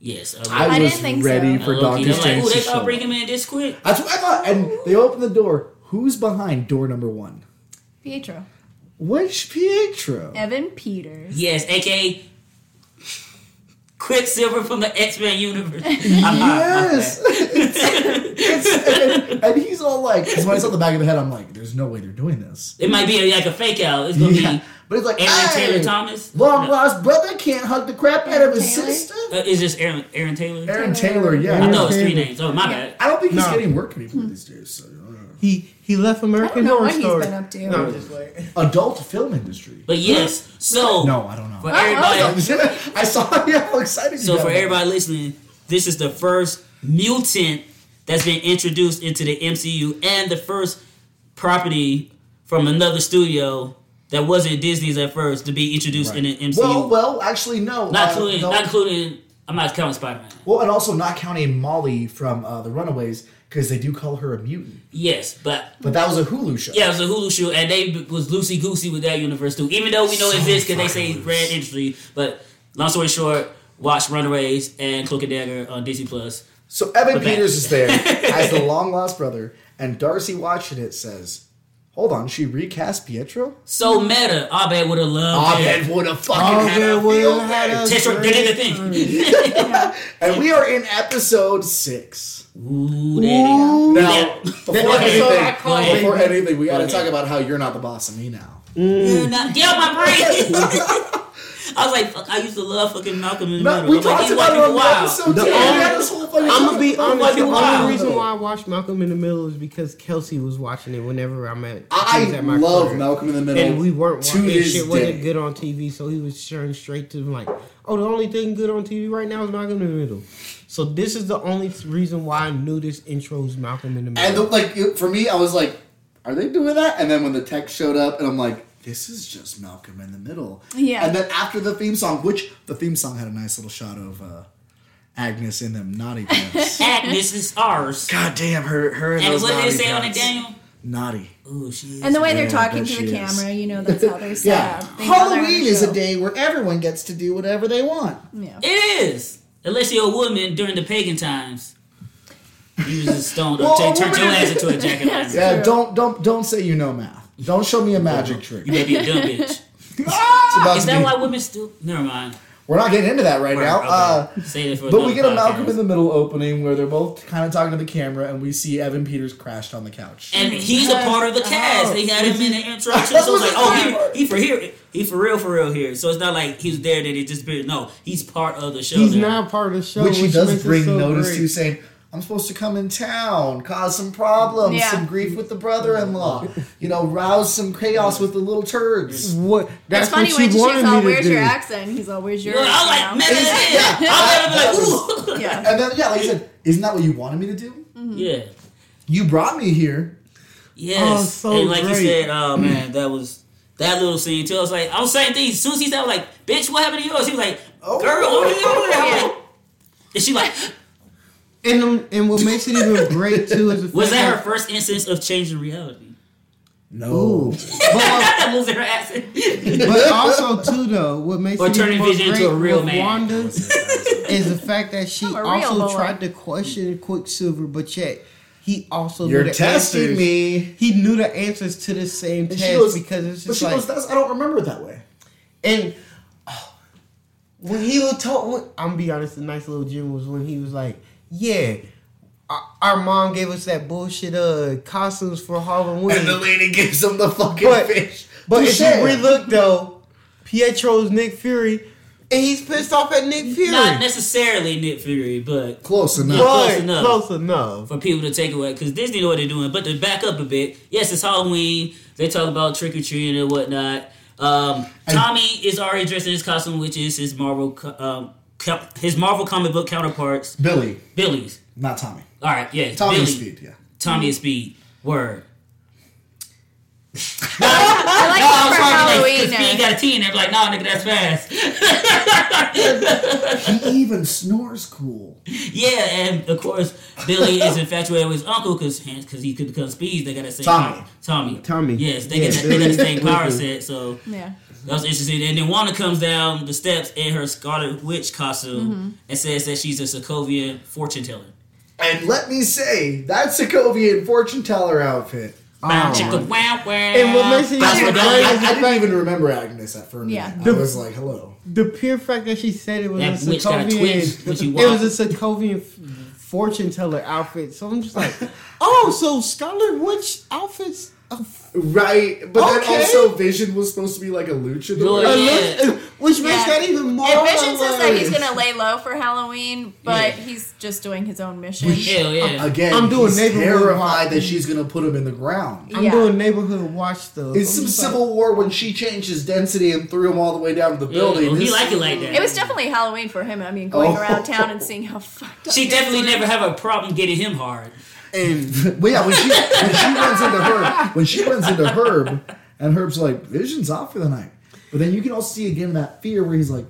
A: Yes. I
B: I,
A: love-
C: didn't
B: was
C: think
B: ready
C: so.
B: for
A: I love
B: Doctor
A: you. I'm
B: Strange
A: Like, ooh,
B: to
A: they
B: show
A: gonna
B: up.
A: bring him in this quick.
B: That's what I thought. And they open the door. Who's behind door number one?
C: Pietro.
B: Which Pietro?
C: Evan Peters.
A: Yes, aka Quicksilver from the X Men universe. yes.
B: Yes. It's- and, and he's all like, because when I saw the back of the head, I'm like, there's no way they're doing this.
A: It might be like a fake out. It's gonna
B: Yeah.
A: be
B: But it's like,
A: Aaron
B: hey,
A: Taylor Thomas.
B: Long
A: No.
B: lost brother can't hug the crap out of his
C: Aaron Taylor?
B: sister.
A: Uh, is this Aaron Aaron Taylor?
B: Aaron Taylor, yeah.
A: I
B: I,
A: know it's three
D: Taylor.
A: names. Oh my bad.
B: don't think he's
D: No.
B: getting work anymore these days. So, uh,
D: he he left American
C: I don't know
D: Horror
C: what he's
D: Story.
C: been up to.
D: No, I'm just like-
B: adult film industry.
A: But yes, so
B: No, I don't know.
A: for everybody,
B: I saw yeah, how excited you
A: so
B: got.
A: for everybody listening, this is the first mutant that's been introduced into the MCU and the first property from another studio that wasn't Disney's at first to be introduced in an MCU.
B: Well, well, actually, no.
A: not
B: uh,
A: including,
B: no.
A: not including. I'm not counting Spider Man.
B: well, and also not counting Molly from uh, The Runaways because they do call her a mutant.
A: Yes, but
B: But that was a Hulu show.
A: yeah, it was a Hulu show, and they b- was loosey goosey with that universe too. Even though we know it exists because they say
B: fucking
A: red industry. But long story short, watch Runaways and Cloak and Dagger on Disney Plus.
B: So Evan
A: But that-
B: Peters is there as the long lost brother, and Darcy watching it says, "Hold on, she recast Pietro."
A: So meta, Abed would have loved
B: Abed
A: it.
B: would have fucking
D: Oh,
B: had
D: yeah,
B: a
D: we
B: field
D: had
B: day.
D: a
A: Tetra did it thing.
D: great time.
B: And we are in episode six.
A: Ooh, daddy.
B: Now,
A: Yeah.
B: before
A: That's
D: what
B: anything,
D: I
A: call it.
B: before anything, we got to
A: Okay.
B: talk about how you're not the boss of me now.
A: You're not- Get out my brain. I was like, fuck, I used to love fucking Malcolm in the
B: No,
A: Middle.
B: we
A: I'm like,
B: talked
A: these
B: about
A: white
B: it
A: people
B: on
A: wild.
B: episode
D: The
B: ten.
D: only-
B: We had this whole fucking
D: I'm gonna be
B: episode
D: honest. The
B: fucking
D: only
B: wild.
D: reason why I watched Malcolm in the Middle is because Kelsey was watching it whenever I'm at.
B: I
D: was at my
B: love
D: crib.
B: Malcolm in the Middle.
D: And we weren't
B: to
D: watching
B: this
D: shit wasn't
B: day.
D: good on TV, so he was turning straight to him like, "Oh, the only thing good on TV right now is Malcolm in the Middle." So this is the only reason why I knew this intro is Malcolm in the Middle.
B: And the, like it- for me, I was like, "Are they doing that?" And then when the text showed up, and I'm like, "This is just Malcolm in the Middle."
C: Yeah.
B: And then after the theme song, which the theme song had a nice little shot of uh, Agnes in them naughty pants.
A: Agnes is ours.
B: God damn her! Her and,
A: And
B: those
A: what did
B: naughty
A: it say on it,
B: pants.
A: Daniel?
B: Naughty.
A: Ooh, she is.
C: And the way
B: Yeah,
C: they're talking
B: that
C: to
B: she
C: the
B: is.
C: camera, you know, that's how they're set
B: Yeah.
C: up. They know they're on
B: Halloween is
C: show.
B: a day where everyone gets to do whatever they want.
C: Yeah.
A: It is. Unless you're a woman during the pagan times. You just stoned
B: Well,
A: well,
B: a
A: up. Turn
B: woman
A: your
B: is-
A: ass into a jacket. lantern.
C: Yes.
B: Yeah.
C: True.
B: Don't don't don't say you know math. Don't show me a magic trick.
A: You may be a dumb bitch.
B: It's about
A: Is
B: to
A: that
B: be-
A: why women still. Never mind.
B: We're not getting into that right now. Uh,
A: Okay. Say that for
B: But
A: another
B: we get a
A: podcast.
B: Malcolm in the Middle opening where they're both kind of talking to the camera, and we see Evan Peters crashed on the couch.
A: And he's a part of the
B: oh.
A: cast. They had him in the introduction. So it's like, oh, he, he for here. He for real, for real here. So it's not like he's there that he disappeared. No, he's part of the show.
D: He's
A: now.
D: not part of the show,
B: which he does
D: makes it
B: bring
D: so
B: notice
D: great.
B: to, saying, I'm supposed to come in town, cause some problems,
C: Yeah.
B: some grief with the brother-in-law, you know, rouse some chaos with the little turds.
D: What?
C: That's,
D: That's,
C: funny
D: what
C: when
D: you
C: she's
D: wanted
C: all,
D: me to
C: "Where's
D: do.
C: your accent?" He's all, "Where's your?"
A: You're like, I'm like, man,
B: It's-
A: that's
B: yeah,
A: it. I'll never be like, ooh.
C: yeah.
B: And then, yeah, like you said, isn't that what you wanted me to do?
A: Yeah.
B: You brought me here.
A: Yes.
D: Oh, so
A: and like
D: great.
A: you said, oh man, that was that little scene too. I was like, I was saying things. As soon as he said, I was like, bitch, what happened to yours? He was like,
B: Oh.
A: girl, what are you doing? I was like, and she like,
D: And um, and what makes it even great too is the
A: was
D: fact
A: that her first instance of changing reality?
B: No.
D: Ooh. But,
A: That losing her accent.
D: but also too though, what makes
A: Or
D: it
A: turning
D: even more
A: Vision into
D: great
A: a real
D: with
A: man.
D: Wanda is the fact that she
C: I'm a real
D: also
C: boy.
D: tried to question Quicksilver, but yet he also
B: You're
D: knew the
B: testing
D: answers.
B: me.
D: He knew the answers to the same
B: And
D: test
B: she goes,
D: because it's
B: but
D: just
B: she
D: like
B: goes, That's, I don't remember it that way.
D: And oh, when he was told, when, I'm gonna be honest, the nice little Jim was when he was like, "Yeah, our, our mom gave us that bullshit uh costumes for Halloween."
B: And the lady gives him the fucking
D: But-
B: fish.
D: but if you
B: Touche.
D: relook though, Pietro's Nick Fury, and he's pissed off at Nick Fury.
A: Not necessarily Nick Fury, but
B: close enough.
A: Yeah.
D: but
A: close enough.
D: Close enough.
A: for people to take away because Disney know what they're doing. But to back up a bit, yes, it's Halloween. They talk about trick or treating and whatnot. Um, Tommy is already dressed in his costume, which is his Marvel, co- um, co- his Marvel comic book counterparts,
B: Billy,
A: Billy's.
B: not Tommy.
A: All right, yeah,
B: Tommy
A: Billy.
B: is Speed, yeah.
A: Tommy is Speed. Word.
C: I like
A: I'm
C: it for
A: sorry, because
C: Halloween.
A: Speed
C: now.
A: got a T in there. Like, nah, nigga, that's fast.
B: He even snores cool.
A: yeah, and of course, Billy is infatuated with his uncle because because he could become Speed. They got that same
B: Tommy.
A: power. Tommy.
D: Tommy.
A: Yes, they
D: Yeah,
A: get that, they got
D: Billy.
A: the same power set. So
C: Yeah.
A: That was interesting. And then Wanda comes down the steps in her Scarlet Witch costume
D: Mm-hmm.
A: and says that she's a Sokovian fortune teller.
D: Oh
B: And let me say, that Sokovian fortune teller outfit.
A: Wow,
D: Oh.
A: chicka, wow, wow.
D: And what makes it
A: That's
D: even
B: I,
A: what that,
D: greater is
B: I
D: the
B: didn't
D: fact-
B: even remember Agnes at first.
C: Yeah.
B: I was like, hello.
D: the pure fact that she said it was
A: That
D: a
A: witch got a twitch
D: Sokovian,
A: when she
D: it was a Sokovian f- fortune teller outfit. So I'm just like, oh, so Scarlet Witch outfits. A f-
B: Right. But
D: Okay.
B: then also Vision was supposed to be like a luchador.
A: Yeah.
D: a look- which
C: Yeah.
D: makes that even more.
C: And Vision says that he's
D: hilarious.
C: gonna lay low for Halloween, but
A: Yeah.
C: he's just doing his own mission.
A: hell yeah.
B: Again,
D: I'm doing
B: he's
D: neighborhood
B: terrified
D: watch.
B: that she's gonna put him in the ground.
D: I'm
C: Yeah.
D: doing neighborhood watch stuff.
B: It's
D: I'm
B: some
D: just like,
B: Civil War when she changed his density and threw him all the way down to the building.
A: well, he
B: This-
A: like it like that.
C: It was definitely Halloween for him. I mean, going
B: Oh.
C: around town and seeing how fucked up.
A: she
C: people
A: definitely
C: were.
A: never have a problem getting him hard.
B: Well, yeah, when she when she runs into Herb, when she runs into Herb, and Herb's like, "Vision's off for the night." But then you can also see again that fear where he's like,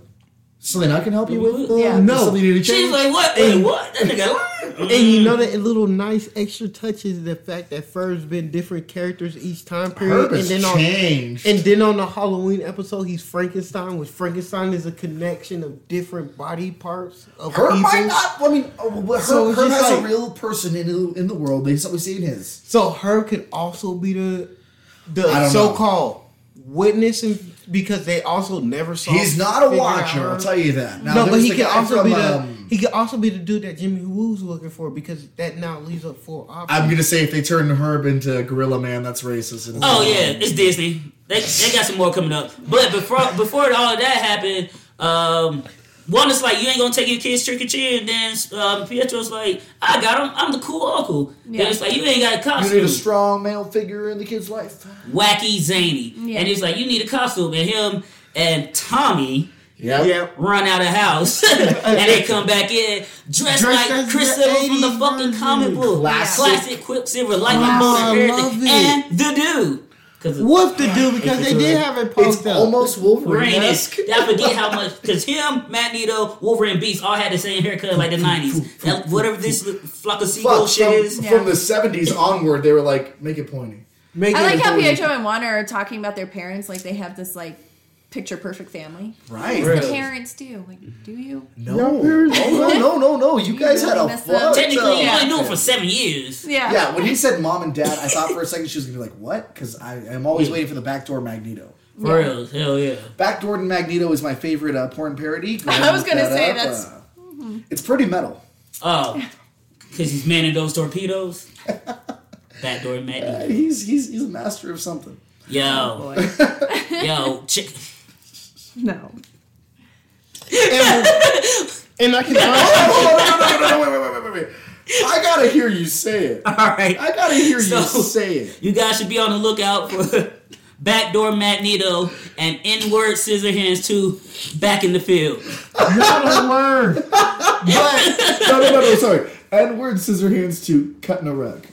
B: "Something I can help you with?
C: Yeah.
B: no, something you need to
A: She's
B: change."
A: like, what? Wait, what? That nigga. what?
D: And you know
B: Mm.
D: that little nice extra touch is the fact that Ferb's been different characters each time period,
B: Herb
D: and
B: has
D: then on
B: changed.
D: And then on the Halloween episode, he's Frankenstein, which Frankenstein is a connection of different body parts of
B: Herb
D: people.
B: might not. I mean, uh, well, Herb,
D: So it's
B: Herb
D: just
B: has a
D: like-
B: real person in the, in the world. They've always seen his.
D: So Herb could also be the
B: I
D: the
B: don't know.
D: so-called witness, and because they also never saw.
B: He's not a
D: figure out
B: watcher.
D: Herb.
B: I'll tell you that. Now,
D: No, but
B: there's
D: he
B: the
D: could
B: guy
D: also
B: from,
D: be the
B: um,
D: he could also be the dude that Jimmy Woo's looking for because that now leaves up four options.
B: I'm gonna say if they turn Herb into Gorilla Man, that's racist. and it's
A: Oh
B: wrong.
A: yeah, it's Disney. They, they got some more coming up. But before before all of that happened, um, one is like, you ain't gonna take your kids trick or treating. And then um, Pietro's like, I got him. I'm the cool uncle.
C: Yeah.
A: Then it's like, you ain't got a
B: You need
A: costume.
B: a strong male figure in the kid's life.
A: Wacky zany.
C: Yeah.
A: And he's like, you need a costume. And him and Tommy
B: Yeah.
A: run out of house and they come back in dressed
D: Dressed
A: like
D: as
A: Chris
D: the
A: Silver from the
D: 80s
A: fucking
D: version.
A: comic book.
B: Classic.
A: Classic Quicksilver, Lightning
D: Come
A: Bolt,
D: on,
A: and
D: I love
A: everything.
D: it.
A: And the dude. 'Cause of-
D: What to do because they did have it
B: It's
D: post up.
B: almost Wolverine.
A: Wolverine is. I forget how much because him, Magneto, Wolverine, Beast all had the same haircut like the nineties. Whatever this flock of seagull
B: Fuck,
A: shit
B: from,
A: is.
B: from the 70s onward, they were like, make it pointy.
D: Make
C: I
D: it
C: like how
D: important.
C: Pietro and Wanda are talking about their parents, like they have this like picture perfect family.
B: Right.
A: Really?
C: Parents do, like, do you?
B: No.
D: No.
B: no, no, no, no, no. You guys had
C: really
B: a
C: messed
B: fuck.
C: up.
A: Technically,
B: ton.
D: uh,
A: you only knew him for seven years.
C: Yeah.
B: Yeah, when he said mom and dad, I thought for a second she was going to be like, what? Because I'm always waiting for the backdoor Magneto.
A: For real, hell yeah.
B: Backdoor and Magneto is my favorite uh, porn parody. Go
C: I
B: ahead and
C: was
B: look
C: gonna
B: that
C: say
B: up.
C: that's-
B: Uh, It's pretty metal.
A: Oh, because he's manning those torpedoes. Backdoor Magneto.
B: He's, he's, he's a master of something. Oh,
A: Yo, yo, chick.
C: No.
D: and, and I can.
B: Oh, no, no, no, no, no, wait, wait, wait, wait, wait, minute. I gotta hear you say it.
A: All right.
B: I gotta hear
A: So-
B: you say it.
A: You guys should be on the lookout for backdoor Magneto and N-word Scissorhands 2 back in the field.
E: Not a word.
B: But no, no, no, no. Sorry. Edward Scissorhands to cutting a rug.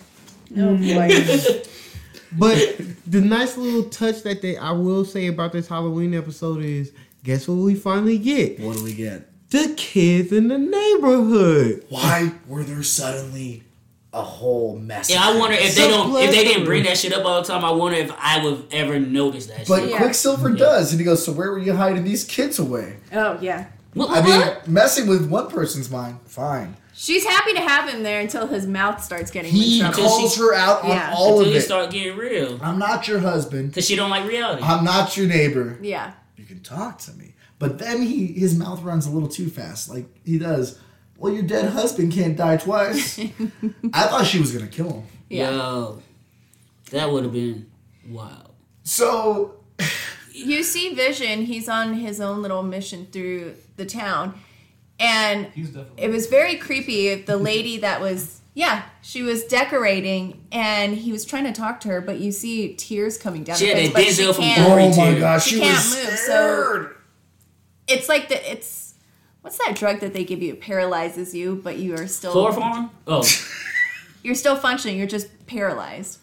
D: But the nice little touch that they I will say about this Halloween episode is guess what we finally get?
B: What do we get?
D: The kids in the neighborhood.
B: Why were there suddenly a whole mess?
A: Yeah, I
B: of
A: wonder if
B: things?
A: they don't if they didn't
D: Supplier.
A: bring that shit up all the time, I wonder if I would have ever noticed that
B: But
A: shit.
C: Yeah.
B: Quicksilver does, and he goes. So where were you hiding these kids away?
C: Oh yeah.
A: What-
B: I mean,
A: what?
B: messing with one person's mind, fine.
C: She's happy to have him there until his mouth starts getting
B: He
C: in trouble.
B: calls her out on
C: Yeah.
B: all of
A: Until you
B: it. Uh-huh.
A: start getting real.
B: I'm not your husband.
A: Cause she don't like reality.
B: I'm not your neighbor.
C: Yeah.
B: You can talk to me. But then he his mouth runs a little too fast, like he does. Well, your dead husband can't die twice. I thought she was gonna kill him.
C: Yeah.
A: Yo, that would have been wild.
B: So
C: You see Vision, he's on his own little mission through the town. And
E: He's definitely.
C: it was very creepy if the lady that was yeah, she was decorating and he was trying to talk to her, but you see tears coming down
A: She
C: her
A: had a
C: face. but
A: Denzel
C: she
A: from
C: can't.
A: Glory.
B: Oh my
A: too.
B: gosh,
C: She
B: she, was
C: can't move, so-
B: scared.
C: It's like the it's what's that drug that they give you? It paralyzes you, but you are still
A: Chloroform? Oh,
C: you're still functioning, you're just paralyzed.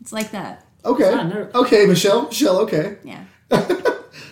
C: It's like that.
A: not nerve-
B: Okay. Okay, Michelle. Michelle, okay.
C: Yeah.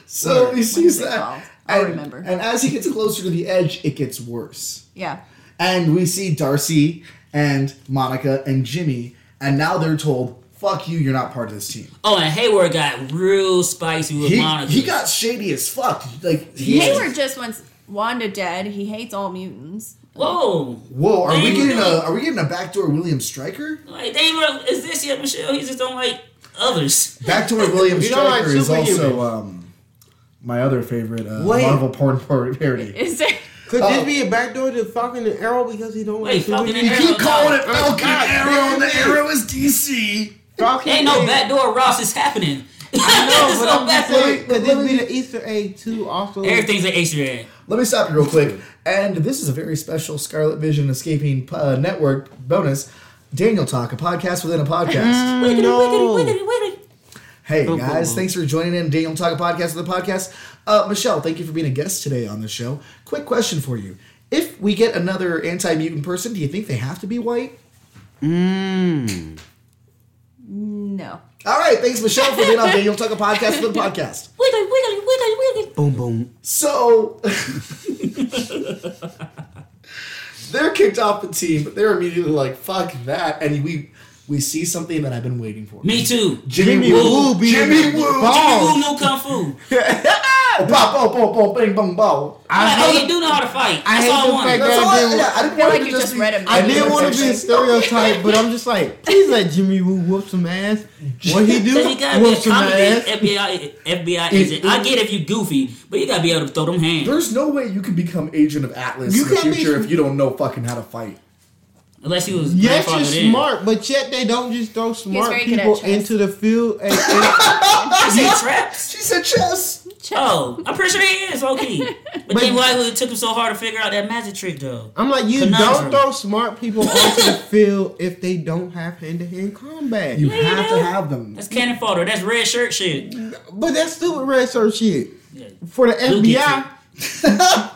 B: So he sees
C: is it called?
B: that.
C: I'll
B: and,
C: remember.
B: And as he gets closer to the edge, it gets worse.
C: Yeah.
B: And we see Darcy and Monica and Jimmy, and now they're told, fuck you, you're not part of this team.
A: oh, and Hayward got real spicy with
B: He,
A: Monica.
B: he got shady as fuck. Like, he,
C: Hayward just wants Wanda dead. He hates all mutants.
A: whoa.
B: Whoa, are we
A: They-
B: getting a are we getting a backdoor William Striker?
A: Like they were, is this yet Michelle? He just don't like others.
B: Backdoor William
D: You don't like
B: Striker is also
D: superhumans.
B: um, my other favorite uh,
D: Wait.
B: Marvel porn par- parody.
C: Is there
D: Could
B: Oh.
D: this be a backdoor to Falcon and Arrow because he don't
A: Wait,
D: like
A: Falcon
D: superheroes?
A: and
B: You keep
A: Arrow,
B: calling it
A: no.
B: Falcon
D: God
B: Arrow, and the
D: damn it.
B: Arrow is DC.
D: Falcon
A: Ain't no
D: and-
A: backdoor Ross is happening.
D: No, but I'm just
B: Let
D: saying, could
B: me-
D: this
B: let
D: be
B: me-
D: the Easter egg too? Also,
A: Everything's an Easter egg.
B: Let me stop you real quick. And this is a very special Scarlet Vision Escaping uh, Network bonus. Daniel Talk, a podcast within a podcast.
A: Wiggity,
D: no.
A: wiggity, wiggity, wiggity.
B: Hey
D: Boom, boom,
B: guys,
D: boom.
B: thanks for joining in. Daniel Talk, a podcast within a podcast. Uh, Michelle, thank you for being a guest today on the show. Quick question for you: If we get another anti mutant person, do you think they have to be white?
D: Hmm.
C: no.
B: All right, thanks Michelle for being on Daniel Talk, a podcast within a podcast.
A: Wiggity, wiggity, wiggity, wiggity.
D: boom boom.
B: So they're kicked off the team, but they're immediately like, "Fuck that!" And we we see something that I've been waiting for.
A: Me too.
B: Jimmy,
D: Jimmy
B: Woo,
D: Woo be-
B: Jimmy Woo,
D: Ball.
A: Who knew kung fu?
B: pop, pop, pop, pop, bing, bong, bong.
D: I
A: Like, oh,
D: hate-
A: you do know how to fight.
D: I
A: That's
D: hate
A: all I
D: the
A: wanted.
D: fact
B: That's
D: Yeah,
B: all I,
D: dude.
B: yeah, I didn't
C: feel
B: want
C: like
B: it
C: you
B: to
C: just
B: be-
C: read a
D: I
B: I
C: menu.
D: did
B: didn't
D: want to be a stereotype, but I'm just like, please let Jimmy Woo whoop some ass. What he do?
A: So you gotta be a
D: Whoop some ass.
A: comedy FBI, FBI agent. I get if you goofy, but you gotta be able to throw them hands.
B: There's no way you can become agent of Atlas
D: You
B: in the
D: can't be-
B: future if you don't know fucking how to fight.
A: Unless he was
D: Yes,
A: grandfathered
D: you're
A: in.
D: smart, but yet they don't just throw smart
C: very good at
D: people
C: chess.
D: into the field. And,
A: Is he traps?
B: She said chess.
A: Oh, I'm pretty sure he is, okay. But,
D: But-
A: then why would it took him so hard to figure out that magic trick, though?
D: I'm like, you
A: Conundrum.
D: don't throw smart people onto the field if they don't have hand-to-hand combat.
B: You
A: you
B: have
A: do.
B: to have them.
A: That's cannon fodder. That's red shirt shit.
B: Mm.
D: But that's stupid red shirt shit.
A: Yeah.
D: For the
A: We'll get
D: FBI,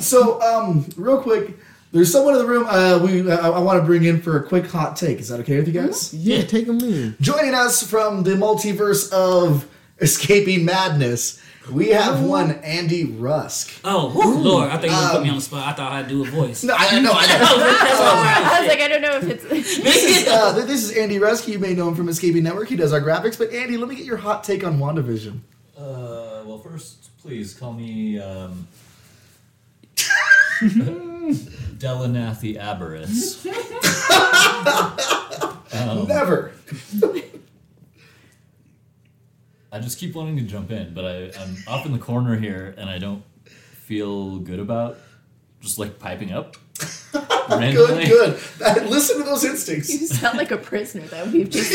B: So, um, real quick, there's someone in the room. Uh, we I, I want to bring in for a quick hot take. Is that okay with you guys?
D: yeah, take them in.
B: Joining us from the multiverse of escaping madness, we have one Andy Rusk.
A: Oh, whew, Lord. I thought you were gonna put me on the spot. I thought I'd do a voice.
B: Um, No, I know. I
A: Oh,
B: know.
A: that's all right.
C: I was like, I don't know if it's
B: This is, uh, th- this is Andy Rusk. You may know him from Escaping Network. He does our graphics. But Andy, let me get your hot take on WandaVision.
F: Uh, well, first, please call me um, Delanathi Aberris.
B: Never.
F: I just keep wanting to jump in, but I, I'm up in the corner here, and I don't feel good about just like piping up. randomly.
B: Good, good. Listen to those
C: you
B: instincts.
C: sound like a prisoner though. We've just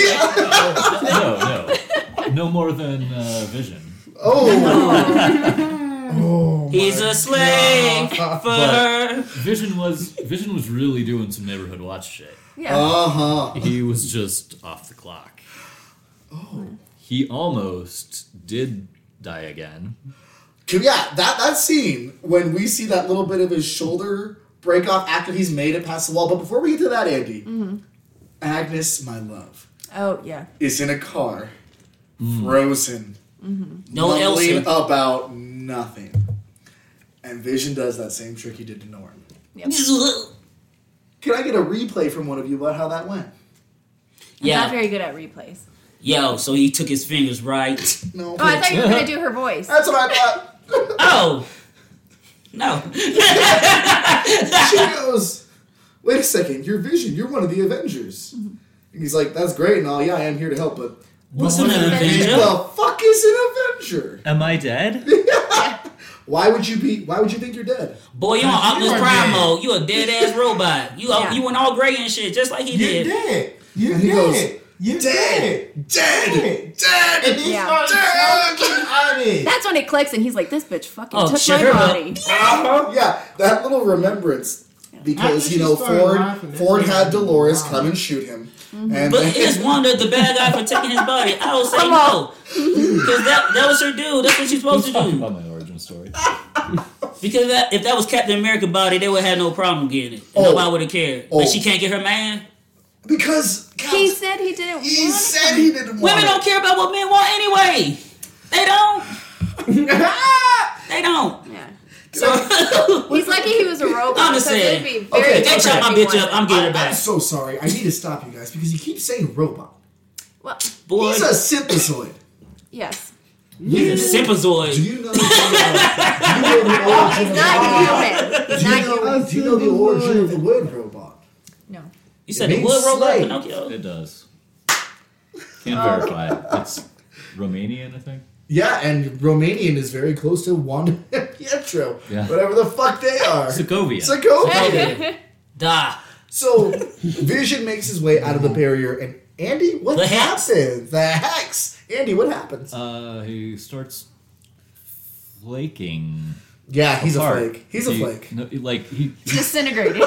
F: No, no, no more than uh, Vision.
B: Oh.
D: Oh,
A: He's a slave for
F: But-
A: her.
F: Vision was Vision was really doing some neighborhood watch shit.
C: Yeah.
B: Uh huh.
F: He was just off the clock. Oh. He almost did die again.
B: Yeah, that that scene when we see that little bit of his shoulder break off after he's made it past the wall. But before we get to that, Andy,
C: Mm-hmm.
B: Agnes, my love,
C: oh yeah.
B: is in a car, frozen,
A: No
B: mumbling
A: Elsa.
B: about nothing. And Vision does that same trick he did to Norm. Can I get a replay from one of you about how that went?
C: I'm not
A: Yeah.
C: very good at replays.
A: Yo, so he took his fingers right.
B: No.
C: Oh, I thought you were gonna do her voice.
B: That's what I thought.
A: Oh! No.
B: She goes, wait a second, your vision, you're one of the Avengers.
C: Mm-hmm.
B: And he's like, that's great and all, yeah, I am here to help, but
A: What's an
B: the
A: Avenger?
B: fuck is an Avenger?
F: Am I dead?
B: Why would you be why would you think you're dead?
A: Boy, you on Optimus
D: are
A: Prime
D: dead.
A: mode. You a dead ass robot. You
C: Yeah.
A: you went all gray and shit, just like he
D: You're
A: did.
D: dead. You're
B: And he goes,
D: dead. You're dead.
B: Dead! Dead!
D: And
B: Dead!
D: he
C: Yeah.
D: started smoking on it.
C: That's when it clicks and he's like, "This bitch fucking
A: Oh,
C: took
A: shut
C: my
A: her up.
C: body."
B: Uh-huh. Yeah, that little remembrance. Because
D: After
B: you
D: she
B: know
D: started
B: Ford
D: laughing, that's
B: Ford
D: when
B: had
D: she
B: Dolores
D: was
B: come and shoot him. And
A: But
B: then-
A: he just wanted the bad guy for taking his body. I would say
C: Come
A: no. Because that, that was her dude. That's what she's supposed to
F: Talking
A: do.
F: about my origin story.
A: Because that, if that was Captain America body, they would have no problem getting it.
B: Oh.
A: Nobody would have cared.
B: Oh.
A: But she can't get her man.
B: because God,
C: He said he didn't
B: he
C: want
B: said he didn't want
A: Women
B: it.
A: don't care about what men want anyway. They don't. They don't.
C: it. Yeah.
A: So
C: He's lucky he was a robot.
A: I'm just
C: so it'd
A: saying.
C: be very
B: Okay,
A: they
C: different
A: chop my
C: if he
A: bitch up.
C: wanted.
A: I'm getting her
B: I'm
A: back.
B: so sorry. I need to stop you guys because you keep saying robot.
C: Well,
A: Boy,
B: He's a synthesoid.
C: yes.
A: he's a
B: Do
A: sympathoid.
B: you know the, do you know the origin of
C: Not human.
B: Do you know, do you know the origin of the word robot?
C: No.
A: You said
B: It
A: the wood
B: means
A: robot
B: slave.
A: Pinocchio.
F: It does.
B: Uh,
F: Can't verify. It's Romanian, I think.
B: Yeah, and Romanian is very close to Juan Pietro,
F: Yeah.
B: whatever the fuck they are.
F: Sokovia.
B: Sokovia.
A: Da.
B: So Vision makes his way out of the barrier, and Andy, what
A: The hex.
B: happens? The hex. Andy, what happens?
F: uh, he starts flaking.
B: yeah, he's
F: apart.
B: a flake. He's a
F: He-
B: flake.
F: No, like he,
C: Disintegrated.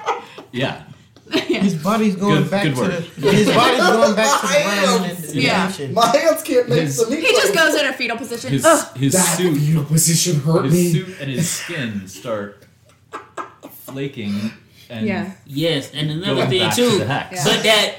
F: yeah.
D: His body's going
F: Good-
D: back
F: good
D: to
F: word.
D: the. His body's going back to the ground. and the
C: Yeah.
D: dimension.
B: My hands can't make
F: His-
B: some
C: he just goes in a fetal position.
F: His
C: Ugh.
F: his
B: Ah, That
F: suit,
B: fetal position hurt me.
F: his suit and his skin start flaking and
C: Yeah.
A: Yes, and another
F: going
A: thing
F: back
A: too.
F: to the hex.
C: Yeah.
A: But that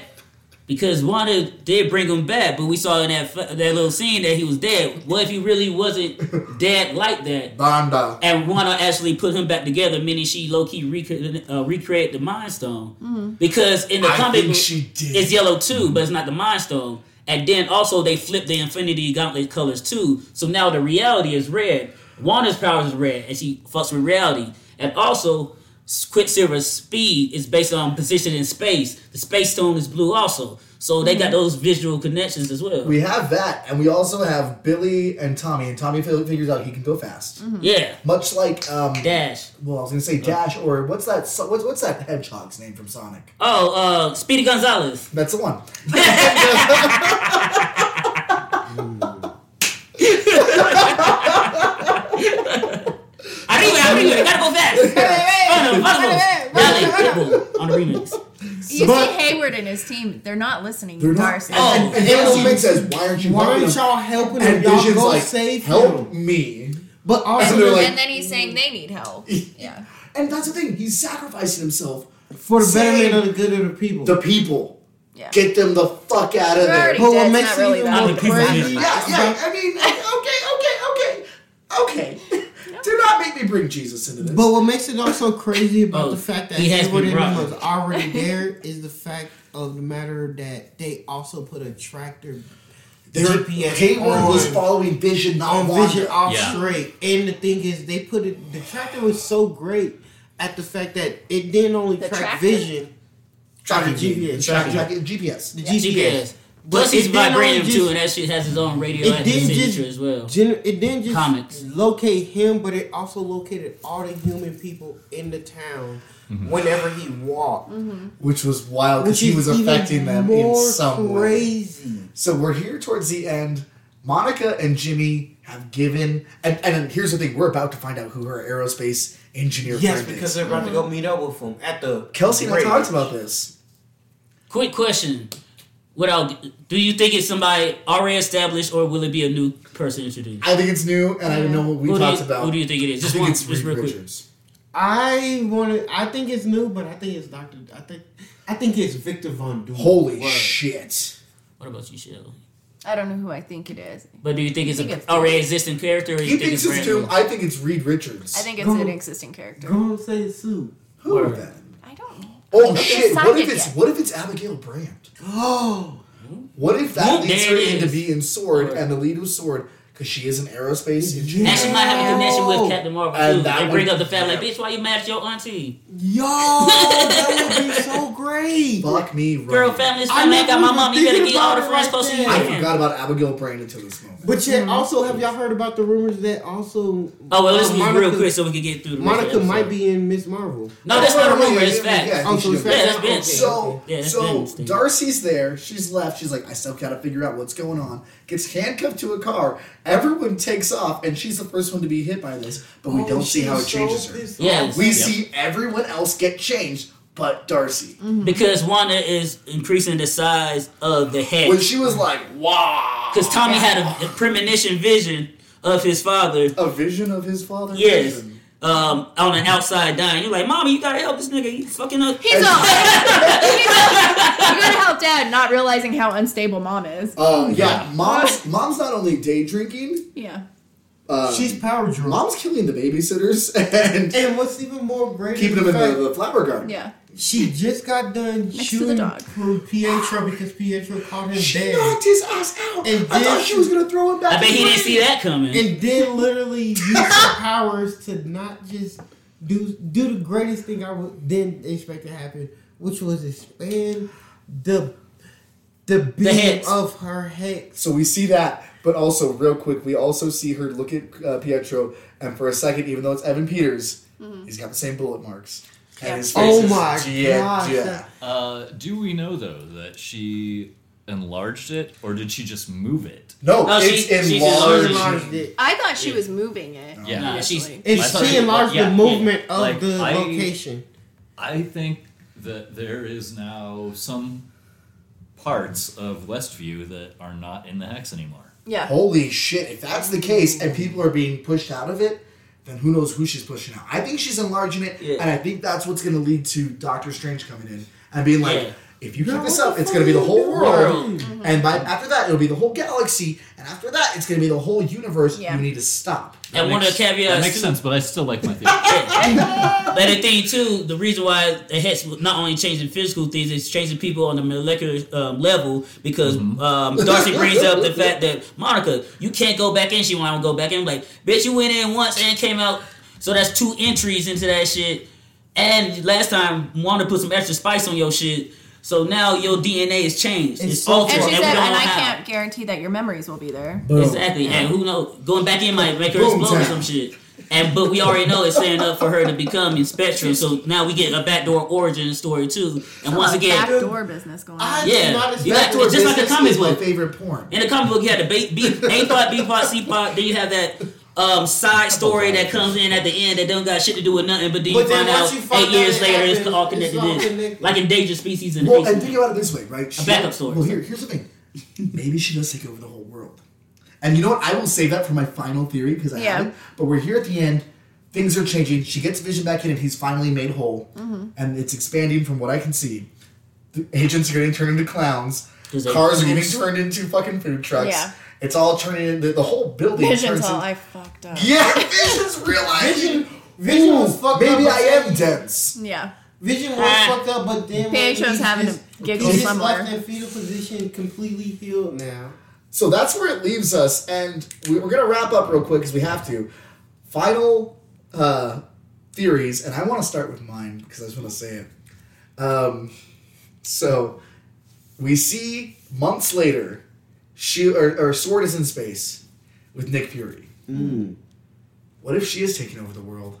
A: because Wanda did bring him back, but we saw in that that little scene that he was dead. What if he really wasn't dead like that?
B: Banda.
A: And Wanda actually put him back together, meaning she low key recre- uh, recreated the Mind Stone because in the
B: I
A: comic
B: think
A: book,
B: she did.
A: it's yellow too, but it's not the Mind Stone. And then also they flipped the Infinity Gauntlet colors too, so now the reality is red. Wanda's powers is red, and she fucks with reality. And also, Quicksilver's speed is based on position in space. The Space Stone is blue also, so they got those visual connections as well.
D: Mm-hmm.
B: We have that, and we also have Billy and Tommy, and Tommy fi- figures out he can go fast,
A: Yeah,
B: much like um.
A: Dash.
B: well, I was gonna say
D: Oh.
B: Dash, or what's that? so- What's what's that hedgehog's name from Sonic?
A: Oh, uh, Speedy Gonzalez.
B: That's the one.
A: I think I think I gotta go fast. Valley Pitbull on the remix.
C: You
B: But-
C: see Hayward and his team. They're not listening
B: They're
C: to
B: not.
C: Darcy.
A: Oh,
B: and, and
A: it
B: Daniel
A: was-
B: Smith says, "Why aren't you
D: Why
B: helping
D: aren't
B: him?"
D: y'all helping him?
B: And
D: Y'all
B: Vision's
D: go
B: like,
D: save
B: "Help
D: him.
B: me."
D: But also,
B: And they're like-
C: and then he's saying they need help. Yeah.
B: And that's the thing. He's sacrificing himself.
D: for the
B: Save
D: betterment of the good of the people.
B: The people.
C: Yeah.
B: Get them the fuck out of
C: They're
B: there.
C: already
D: but what
C: That's
D: makes
C: not
D: it
C: really
D: even
C: valid.
D: more
A: Other people
D: crazy?
A: did.
B: Yeah, yeah. I mean, like, okay, okay, okay, okay, okay. Do not make me bring Jesus into this.
D: But what makes it also crazy about
A: Oh,
D: the fact that
A: he has
D: Hayward
A: been
D: and them
A: robbed.
D: was already there is the fact of the matter that they also put a tractor
B: There,
D: GPS
B: Hayward was
D: on-
B: following Vision, not
D: on vision
B: Wanda.
D: oh, off
F: Yeah.
D: straight. And the thing is, they put it. The tractor was so great at the fact that it didn't only
C: The
D: track
C: tractor?
D: vision,
B: Tracking
D: the GPS,
B: Tracking,
D: tracking.
B: GPS.
D: the
A: GPS.
D: GPS.
A: Plus,
D: But
A: he's
D: it didn't only
A: vibranium too,
D: just-
A: and that shit has his own
D: It
A: radioactive
D: didn't
A: signature
D: just
A: as well.
D: gener- it didn't just
A: Comics.
D: locate him, but it also located all the human people in the town whenever he walked,
B: Mm-hmm. Which was wild Mm-hmm. because
D: which
B: he
D: is
B: was
D: even
B: affecting them in
D: more
B: some way.
D: crazy.
B: So we're here towards the end. Monica and Jimmy have given. And, and here's the thing: we're about to find out who her aerospace engineer
G: Yes,
B: friend
G: because
B: is.
G: they're about to go meet up with him at the.
B: Kelsey and I
G: bridge.
B: talked about this.
A: Quick question. What I'll, do you think it's somebody already established or will it be a new person introduced?
B: I think it's new, and I know what we
A: who, do
B: talked
A: you,
B: about.
A: who do you think it is?
B: I
A: Just
B: think
A: one,
B: it's
A: just
B: Reed
A: real quick.
B: Richards.
D: I want to. I think it's new, but
G: But I think it's Doctor. I think. I think it's Victor Von Doom.
B: Holy
G: Word.
B: shit!
A: What about you, Shell?
C: I don't know who I think it is.
A: But do you think it's
C: I think it's-
A: an already existing character or you
B: He
A: think
B: thinks
A: it's
B: it's
A: brand
B: Doom.
A: new?
B: I think it's Reed Richards.
C: I think it's an existing character.
G: Go and say Sue.
B: Who
A: Word.
B: then?
C: I don't know.
B: Oh
C: Like, they're
B: shit! What if
C: sidekick
B: it's
C: yet.
B: what if it's Abigail Brand?
G: Oh,
B: What if that
A: Who
B: leads her
A: there it
B: into
A: is?
B: being Sword
A: Word.
B: and the lead with Sword because she is an aerospace engineer?
A: And she might have a connection with Captain Marvel
B: And
A: too.
B: that
A: And bring
B: would-
A: up the fact like, bitch, why you mad at your auntie?
G: yo, that would be so great.
B: Fuck me, right.
A: Girl, family's
G: I
A: family ain't
G: never
A: got my
G: was
A: mom. You better
G: thinking
A: get all
G: about
A: the
G: it
A: friends
G: like
A: close to you.
G: that.
B: I
A: can.
B: forgot about Abigail Brand until this moment.
D: but yet
G: Mm-hmm.
D: also have y'all heard about the rumors that also
A: Oh well,
D: uh,
A: let's be real
D: Monica-
A: quick so we can get through. The rest of
D: Monica
A: the
D: might
A: episode.
D: be in Miss Marvel.
A: No, that's not a rumor. It's
B: Oh, Yeah, yeah,
A: fact.
B: I think
D: Oh, so
B: she
D: it's
B: did.
D: fact.
A: Yeah, that's been.
B: So,
A: Yeah, that's
B: so
A: been stated.
B: Darcy's there. She's left. She's like, I still gotta figure out what's going on. Gets handcuffed to a car. Everyone takes off, and she's the first one to be hit by this. But we
G: Oh,
B: don't see how it
G: she's so
B: changes her.
G: pissed
A: Yeah,
G: off.
B: We
F: Yep.
B: see everyone else get changed, but Darcy.
A: Mm-hmm. because Wanda is increasing the size of the head.
B: When she was like, "Wow,"
A: Because Tommy had a, a premonition vision of his father
B: a vision of his father.
A: Yes.
B: Vision.
A: um, on an outside dying. You're like, Mommy, you gotta help this nigga. He's fucking up.
C: He's off. He's off. You gotta help dad not realizing how unstable mom is.
B: Uh, yeah, mom's mom's not only day drinking.
C: Yeah.
B: Uh,
E: She's power drunk.
B: mom's killing the babysitters and
D: And what's even more great
B: keeping them in the, the flower garden.
C: Yeah.
D: she just got done
C: the
D: shooting
C: dog.
D: for Pietro because Pietro called him
B: She
D: dead.
B: knocked his ass out.
D: And
B: I thought
D: then
B: she was gonna throw him back.
A: I bet
B: in
A: he
B: the ring.
A: didn't see that coming.
D: And then literally used her powers to not just do do the greatest thing I would then expect to happen, which was expand the the beam
A: hex.
D: of her hex.
B: So we see that, but also real quick, we also see her look at uh, Pietro, and for a second, even though it's Evan Peters, he's got the same bullet marks. And his face
D: Oh
B: is-
D: my
B: yeah,
D: gosh.
B: Yeah.
F: Uh, do we know though that she enlarged it, or did she just move it?
B: No,
A: No, she-
B: it's
A: she just
D: She
B: enlarged.
D: enlarged it.
C: I thought she was moving it.
F: Yeah.
A: Nah, she's-
D: And
F: I thought
D: she
F: she-
D: enlarged
F: yeah,
D: the movement
F: yeah.
D: of
F: Like,
D: the
F: I-
D: location.
F: I think that there is now some parts of Westview that are not in the hex anymore.
C: Yeah.
B: Holy shit! If that's the case, and people are being pushed out of it, then who knows who she's pushing out? I think she's enlarging it,
A: Yeah.
B: and I think that's what's going to lead to Doctor Strange coming in and being like,
A: Yeah. Mm-hmm.
B: "If you keep
D: Girl,
B: this
D: what
B: up,
D: the
B: it's going to be the
D: fuck
B: whole
D: you
B: world, and by after that, it'll be the whole galaxy, and after that, it's going to be the whole universe.
C: Yeah.
B: You need to stop."
F: That
A: and one of the
F: makes-
A: caveats
F: That makes
A: too-
F: sense, but I still like my theory.
A: But the thing too, the reason why the hex was not only changing physical things, it's changing people on the molecular um, level because um, Darcy brings up the fact that Monica, you can't go back in. She want to go back in. Like, bitch, you went in once and came out, so that's two entries into that shit. And last time, wanted to put some extra spice on your shit, so now your DNA is changed. It's,
D: It's so-
A: altered,
C: And
A: and,
C: she
A: we
C: said,
A: don't
C: and
A: know
C: I
A: how."
C: can't guarantee that your memories will be there.
A: Exactly, and who knows? Going back in might make her
B: Boom
A: explode or
B: town.
A: some shit. And but we already know it's setting up for her to become in Spectrum. So now we get a backdoor origin story too. And once
C: Uh,
A: again,
C: backdoor business going on.
D: I
A: Yeah.
D: did not
A: You
D: expect
A: got-
B: Backdoor
A: it's just like a
B: business
A: comic
B: is my
A: book.
B: favorite porn.
A: in the comic book, you had the ba- B, A plot, B plot, C plot. Then you have that um, side story that comes in at the end that don't got shit to do with nothing. But then you
D: But then
A: find
D: once
A: out
D: you find
A: eight years
D: out it
A: later, it's
D: happened,
A: all
D: it's
A: connected.
D: all
A: in.
D: connected.
A: Like in Endangered Species and
B: Well,
A: well,
B: and think about it this way, right? She-
A: backup story.
B: Well, here, here's the thing. Maybe she does take over the whole world. And you know what? I will save that for my final theory because I
C: Yeah.
B: have it. But we're here at the end. Things are changing. She gets Vision back in, and he's finally made whole.
C: Mm-hmm.
B: And it's expanding from what I can see. The agents are getting turned into clowns.
A: 'Cause they-
B: Cars are getting turned into fucking food trucks.
C: Yeah.
B: It's all turning into the whole building.
C: Vision's
B: turns
C: all
B: in-
C: I fucked up.
B: Yeah, Vision's realizing.
D: Vision
B: "Ooh,
D: was fucked
B: Maybe
D: up
B: I am dense.
C: Yeah.
D: Vision was
A: Ah.
D: fucked up, but then
C: Pietro's
D: he's
C: having
D: just,
C: a giggle
D: He's just
C: somewhere.
D: left in fetal position, completely healed now.
B: So that's where it leaves us, and we, we're gonna wrap up real quick because we have to. Final uh, theories, and I want to start with mine because I just want to say it. Um, so we see months later, she or, or Sword is in space with Nick Fury. What if she is taking over the world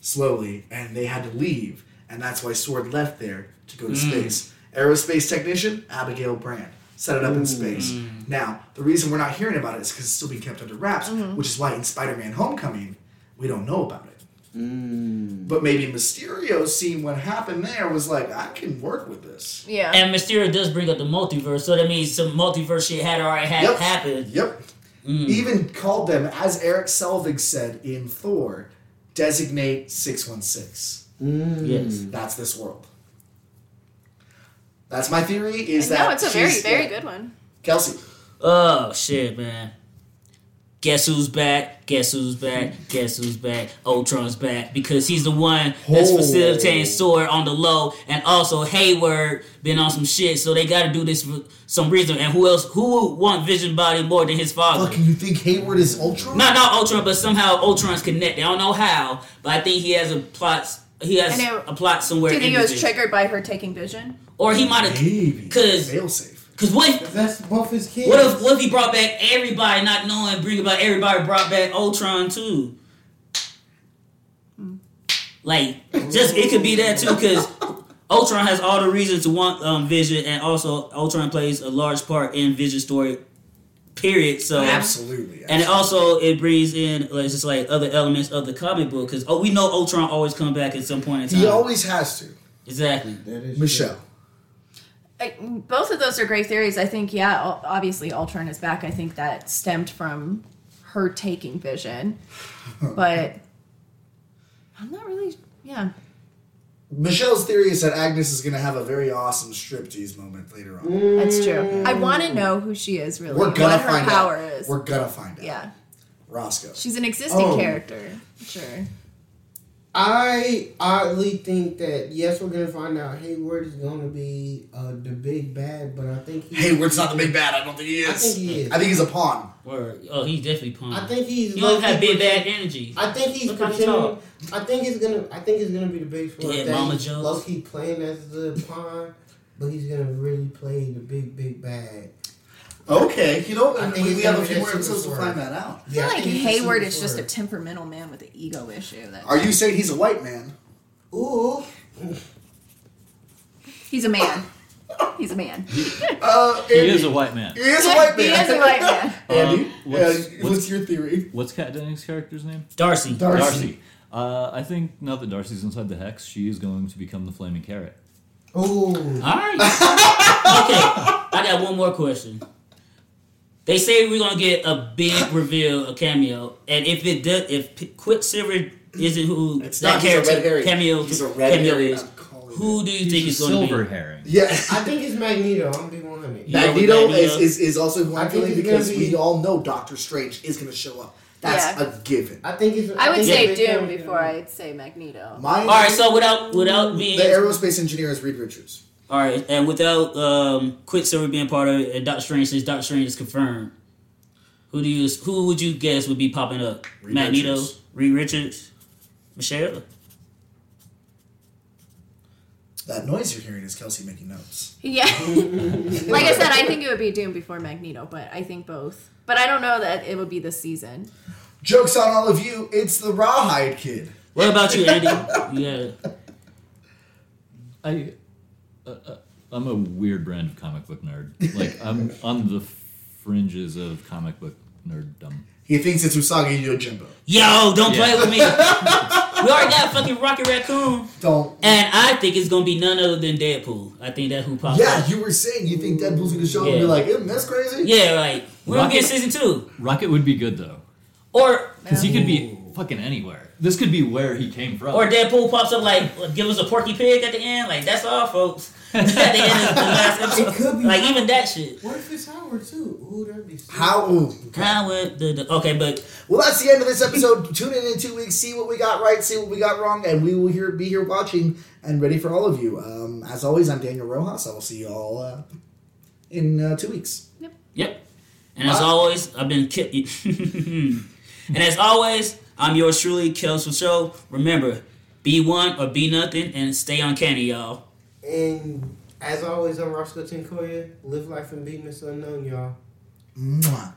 B: slowly, and they had to leave, and that's why Sword left there to go to space? Aerospace technician Abigail Brand. set it up in space. Now, the reason we're not hearing about it is because it's still being kept under wraps, which is why in Spider Man Homecoming, we don't know about it. But maybe Mysterio seeing what happened there was like, I can work with this.
C: Yeah.
A: And Mysterio does bring up the multiverse, so that means some multiverse shit had already had
B: Yep.
A: happened.
B: Yep. Even called them, as Eric Selvig said in Thor, designate 616.
D: Mm.
A: Yes.
B: That's this world. That's my theory. Is that
C: no, it's a very,
B: she's-
C: very
B: yeah.
C: good one.
B: Kelsey,
A: Oh shit, man. Guess who's back? Guess who's back? Guess who's back? Ultron's back because he's the one that's
B: Oh.
A: facilitating Sword on the low, and also Hayward been on some shit, so they got to do this for some reason. And who else? Who would want Vision body more than his father?
B: fucking you think Hayward is Ultra?
A: Not not Ultron, but somehow Ultron's connected. I don't know how, but I think he has a plot. He has
C: And it-
A: a plot somewhere.
C: Do you think
A: in
C: it was
A: Vision.
C: triggered by her taking vision?
A: Or he might have.
B: Maybe.
A: 'Cause-
B: Failsafe.
A: Cause what? if-
G: That's both his kids.
A: What if what if he brought back everybody, not knowing, bring about everybody brought back Ultron too? Like, just it could be that too, because Ultron has all the reason to want um, Vision, and also Ultron plays a large part in Vision's story. Period. So.
B: Absolutely.
A: And it also it brings in like just like other elements of the comic book because oh we know Ultron always come back at some point in time
B: he always has to.
A: exactly
G: That is
B: Michelle.
C: I, both of those are great theories. I think, yeah, o- obviously Ultron is back. I think that stemmed from her taking vision. But I'm not really, yeah.
B: Michelle's theory is that Agnes is going to have a very awesome striptease moment later on.
C: That's true. I want to know who she is really.
B: Mm. We're gonna
C: Mm. what her
B: find
C: power
B: out.
C: is.
B: We're gonna find out.
C: yeah,
B: Roscoe.
C: she's an existing
D: Oh.
C: character. Sure.
D: I oddly think that yes, we're gonna find out Hayward is gonna be uh, the big bad, but I think he,
B: Hayward's not the big bad. I don't think he
D: I
B: is.
D: think he is.
B: I think he's a pawn.
A: or oh he's definitely punk
D: I think he's.
A: he always had
D: low-key
A: big bad energy
D: I think he's
A: Look how he
D: pretending.
A: talk.
D: I think he's gonna. I think he's gonna be the biggest one.
A: Yeah,
D: that
A: Mama
D: he's
A: Jones.
D: Low key playing as the pawn, but he's gonna really play the big, big bad.
B: Okay, you know,
D: I think
B: we,
D: he's
B: we have a
D: gonna
B: few
D: be
B: more
D: that
B: episodes to
D: superstar.
B: find that out.
C: I feel
D: I
C: like
D: think he's
C: Hayward
D: super
C: is just a
D: smart.
C: temperamental man with an ego issue. That
B: Are you saying he's a white man?
D: Ooh,
C: he's a man. He's a man.
B: Uh,
F: He
B: Andy.
F: is a white man.
B: He is a white man.
C: He is a white man.
B: Andy,
F: Um, what's-
B: uh, what's
F: what's-
B: your theory?
F: What's Kat Dennings' character's name?
A: Darcy
B: Darcy.
F: Uh, I think now that Darcy's inside the hex, she is going to become the flaming carrot.
D: ooh.
A: All right. okay, I got one more question. They say we're gonna get a big reveal, a cameo, and if it does, if P- Quicksilver isn't who
B: It's
A: that
B: not, he's a
A: character
B: red herring.
A: cameo
B: He's a red
A: cameo
B: herring.
A: is,
B: I'm calling
A: who do you think is
F: She's a
A: gonna
F: silver
A: be?
F: herring.
B: Yeah.
D: I think it's Magneto. I'm gonna be one hundred.
A: Yeah, with
B: Magneto
A: Magneto.
B: is, is, is also who I'm
D: I think
B: feeling
D: he's
B: because
D: gonna
B: we
D: be-
B: all know Doctor Strange is going to show up. That's
C: Yeah.
B: a given.
D: I think it's.
C: I would
D: think
C: say
D: it's
C: Doom
D: Magneto.
C: before I'd say Magneto.
B: My
A: All right, so without without being
B: the aerospace engineer is Reed Richards.
A: all right, and without um, Quicksilver being part of it, and Doctor Strange since Doctor Strange is confirmed, who do you who would you guess would be popping up?
B: Reed
A: Magneto,
B: Richards.
A: Reed Richards, Michelle.
B: That noise you're hearing is Kelsey making notes.
C: Yeah. like I said, I think it would be Doom before Magneto, but I think both. But I don't know that it would be this season.
B: Jokes on all of you. It's the Rawhide Kid.
A: What about you, Andy? Yeah.
F: I, uh, uh, I'm a weird brand of comic book nerd. Like I'm on the fringes of comic book nerddom.
B: He thinks it's Usagi Yojimbo.
A: Yo, don't
F: Yeah.
A: play with me. we already got fucking Rocket Raccoon.
B: Don't.
A: And I think it's gonna be none other than Deadpool. I think that's who pops
B: Yeah,
A: up.
B: you were saying you think Deadpool's going to show up and be
A: Yeah.
B: like, "Ew, that's crazy.
A: Yeah, like we're gonna get
F: Rocket-
A: season two.
F: Rocket would be good though,
A: Or
F: because he could be fucking anywhere. This could be where he came from.
A: or Deadpool pops up like give us a porky pig at the end. Like that's all folks. at the end of the last episode.
D: It could be-
A: Like even that shit.
D: What if it's Howard too? Ooh, that'd be. Sick.
B: How? ooh, okay.
A: Kind of the, the okay, but
B: Well, that's the end of this episode. Tune in in two weeks, see what we got right, see what we got wrong, and we will here be here watching and ready for all of you. Um, as always, I'm Daniel Rojas. I will see you all uh, in uh, two weeks.
A: Yep. And as always, I've been ki- And as always, I'm yours truly, Kels for Show. Remember, be one or be nothing and stay uncanny, y'all.
D: And as always, I'm Roscoe Tinkoya. Live life and be Mr. Unknown, y'all.
B: Mwah.